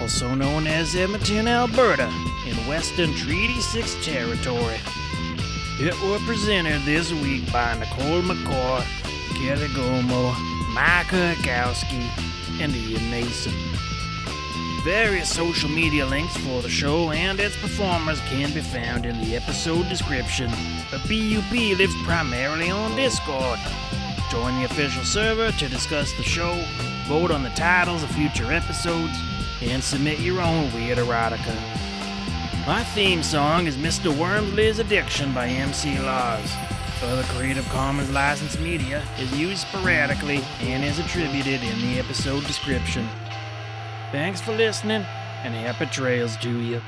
S1: Also known as Edmonton, Alberta, in Western Treaty 6 territory. It was presented this week by Nicole McCoy, Kelly Gomo, Micah Akowski, and Ian Mason. Various social media links for the show and its performers can be found in the episode description. But BUP lives primarily on Discord. Join the official server to discuss the show, vote on the titles of future episodes, and submit your own weird erotica. My theme song is Mr. Wormsley's Addiction by MC Lars. Other Creative Commons licensed media is used sporadically and is attributed in the episode description. Thanks for listening, and happy trails to you.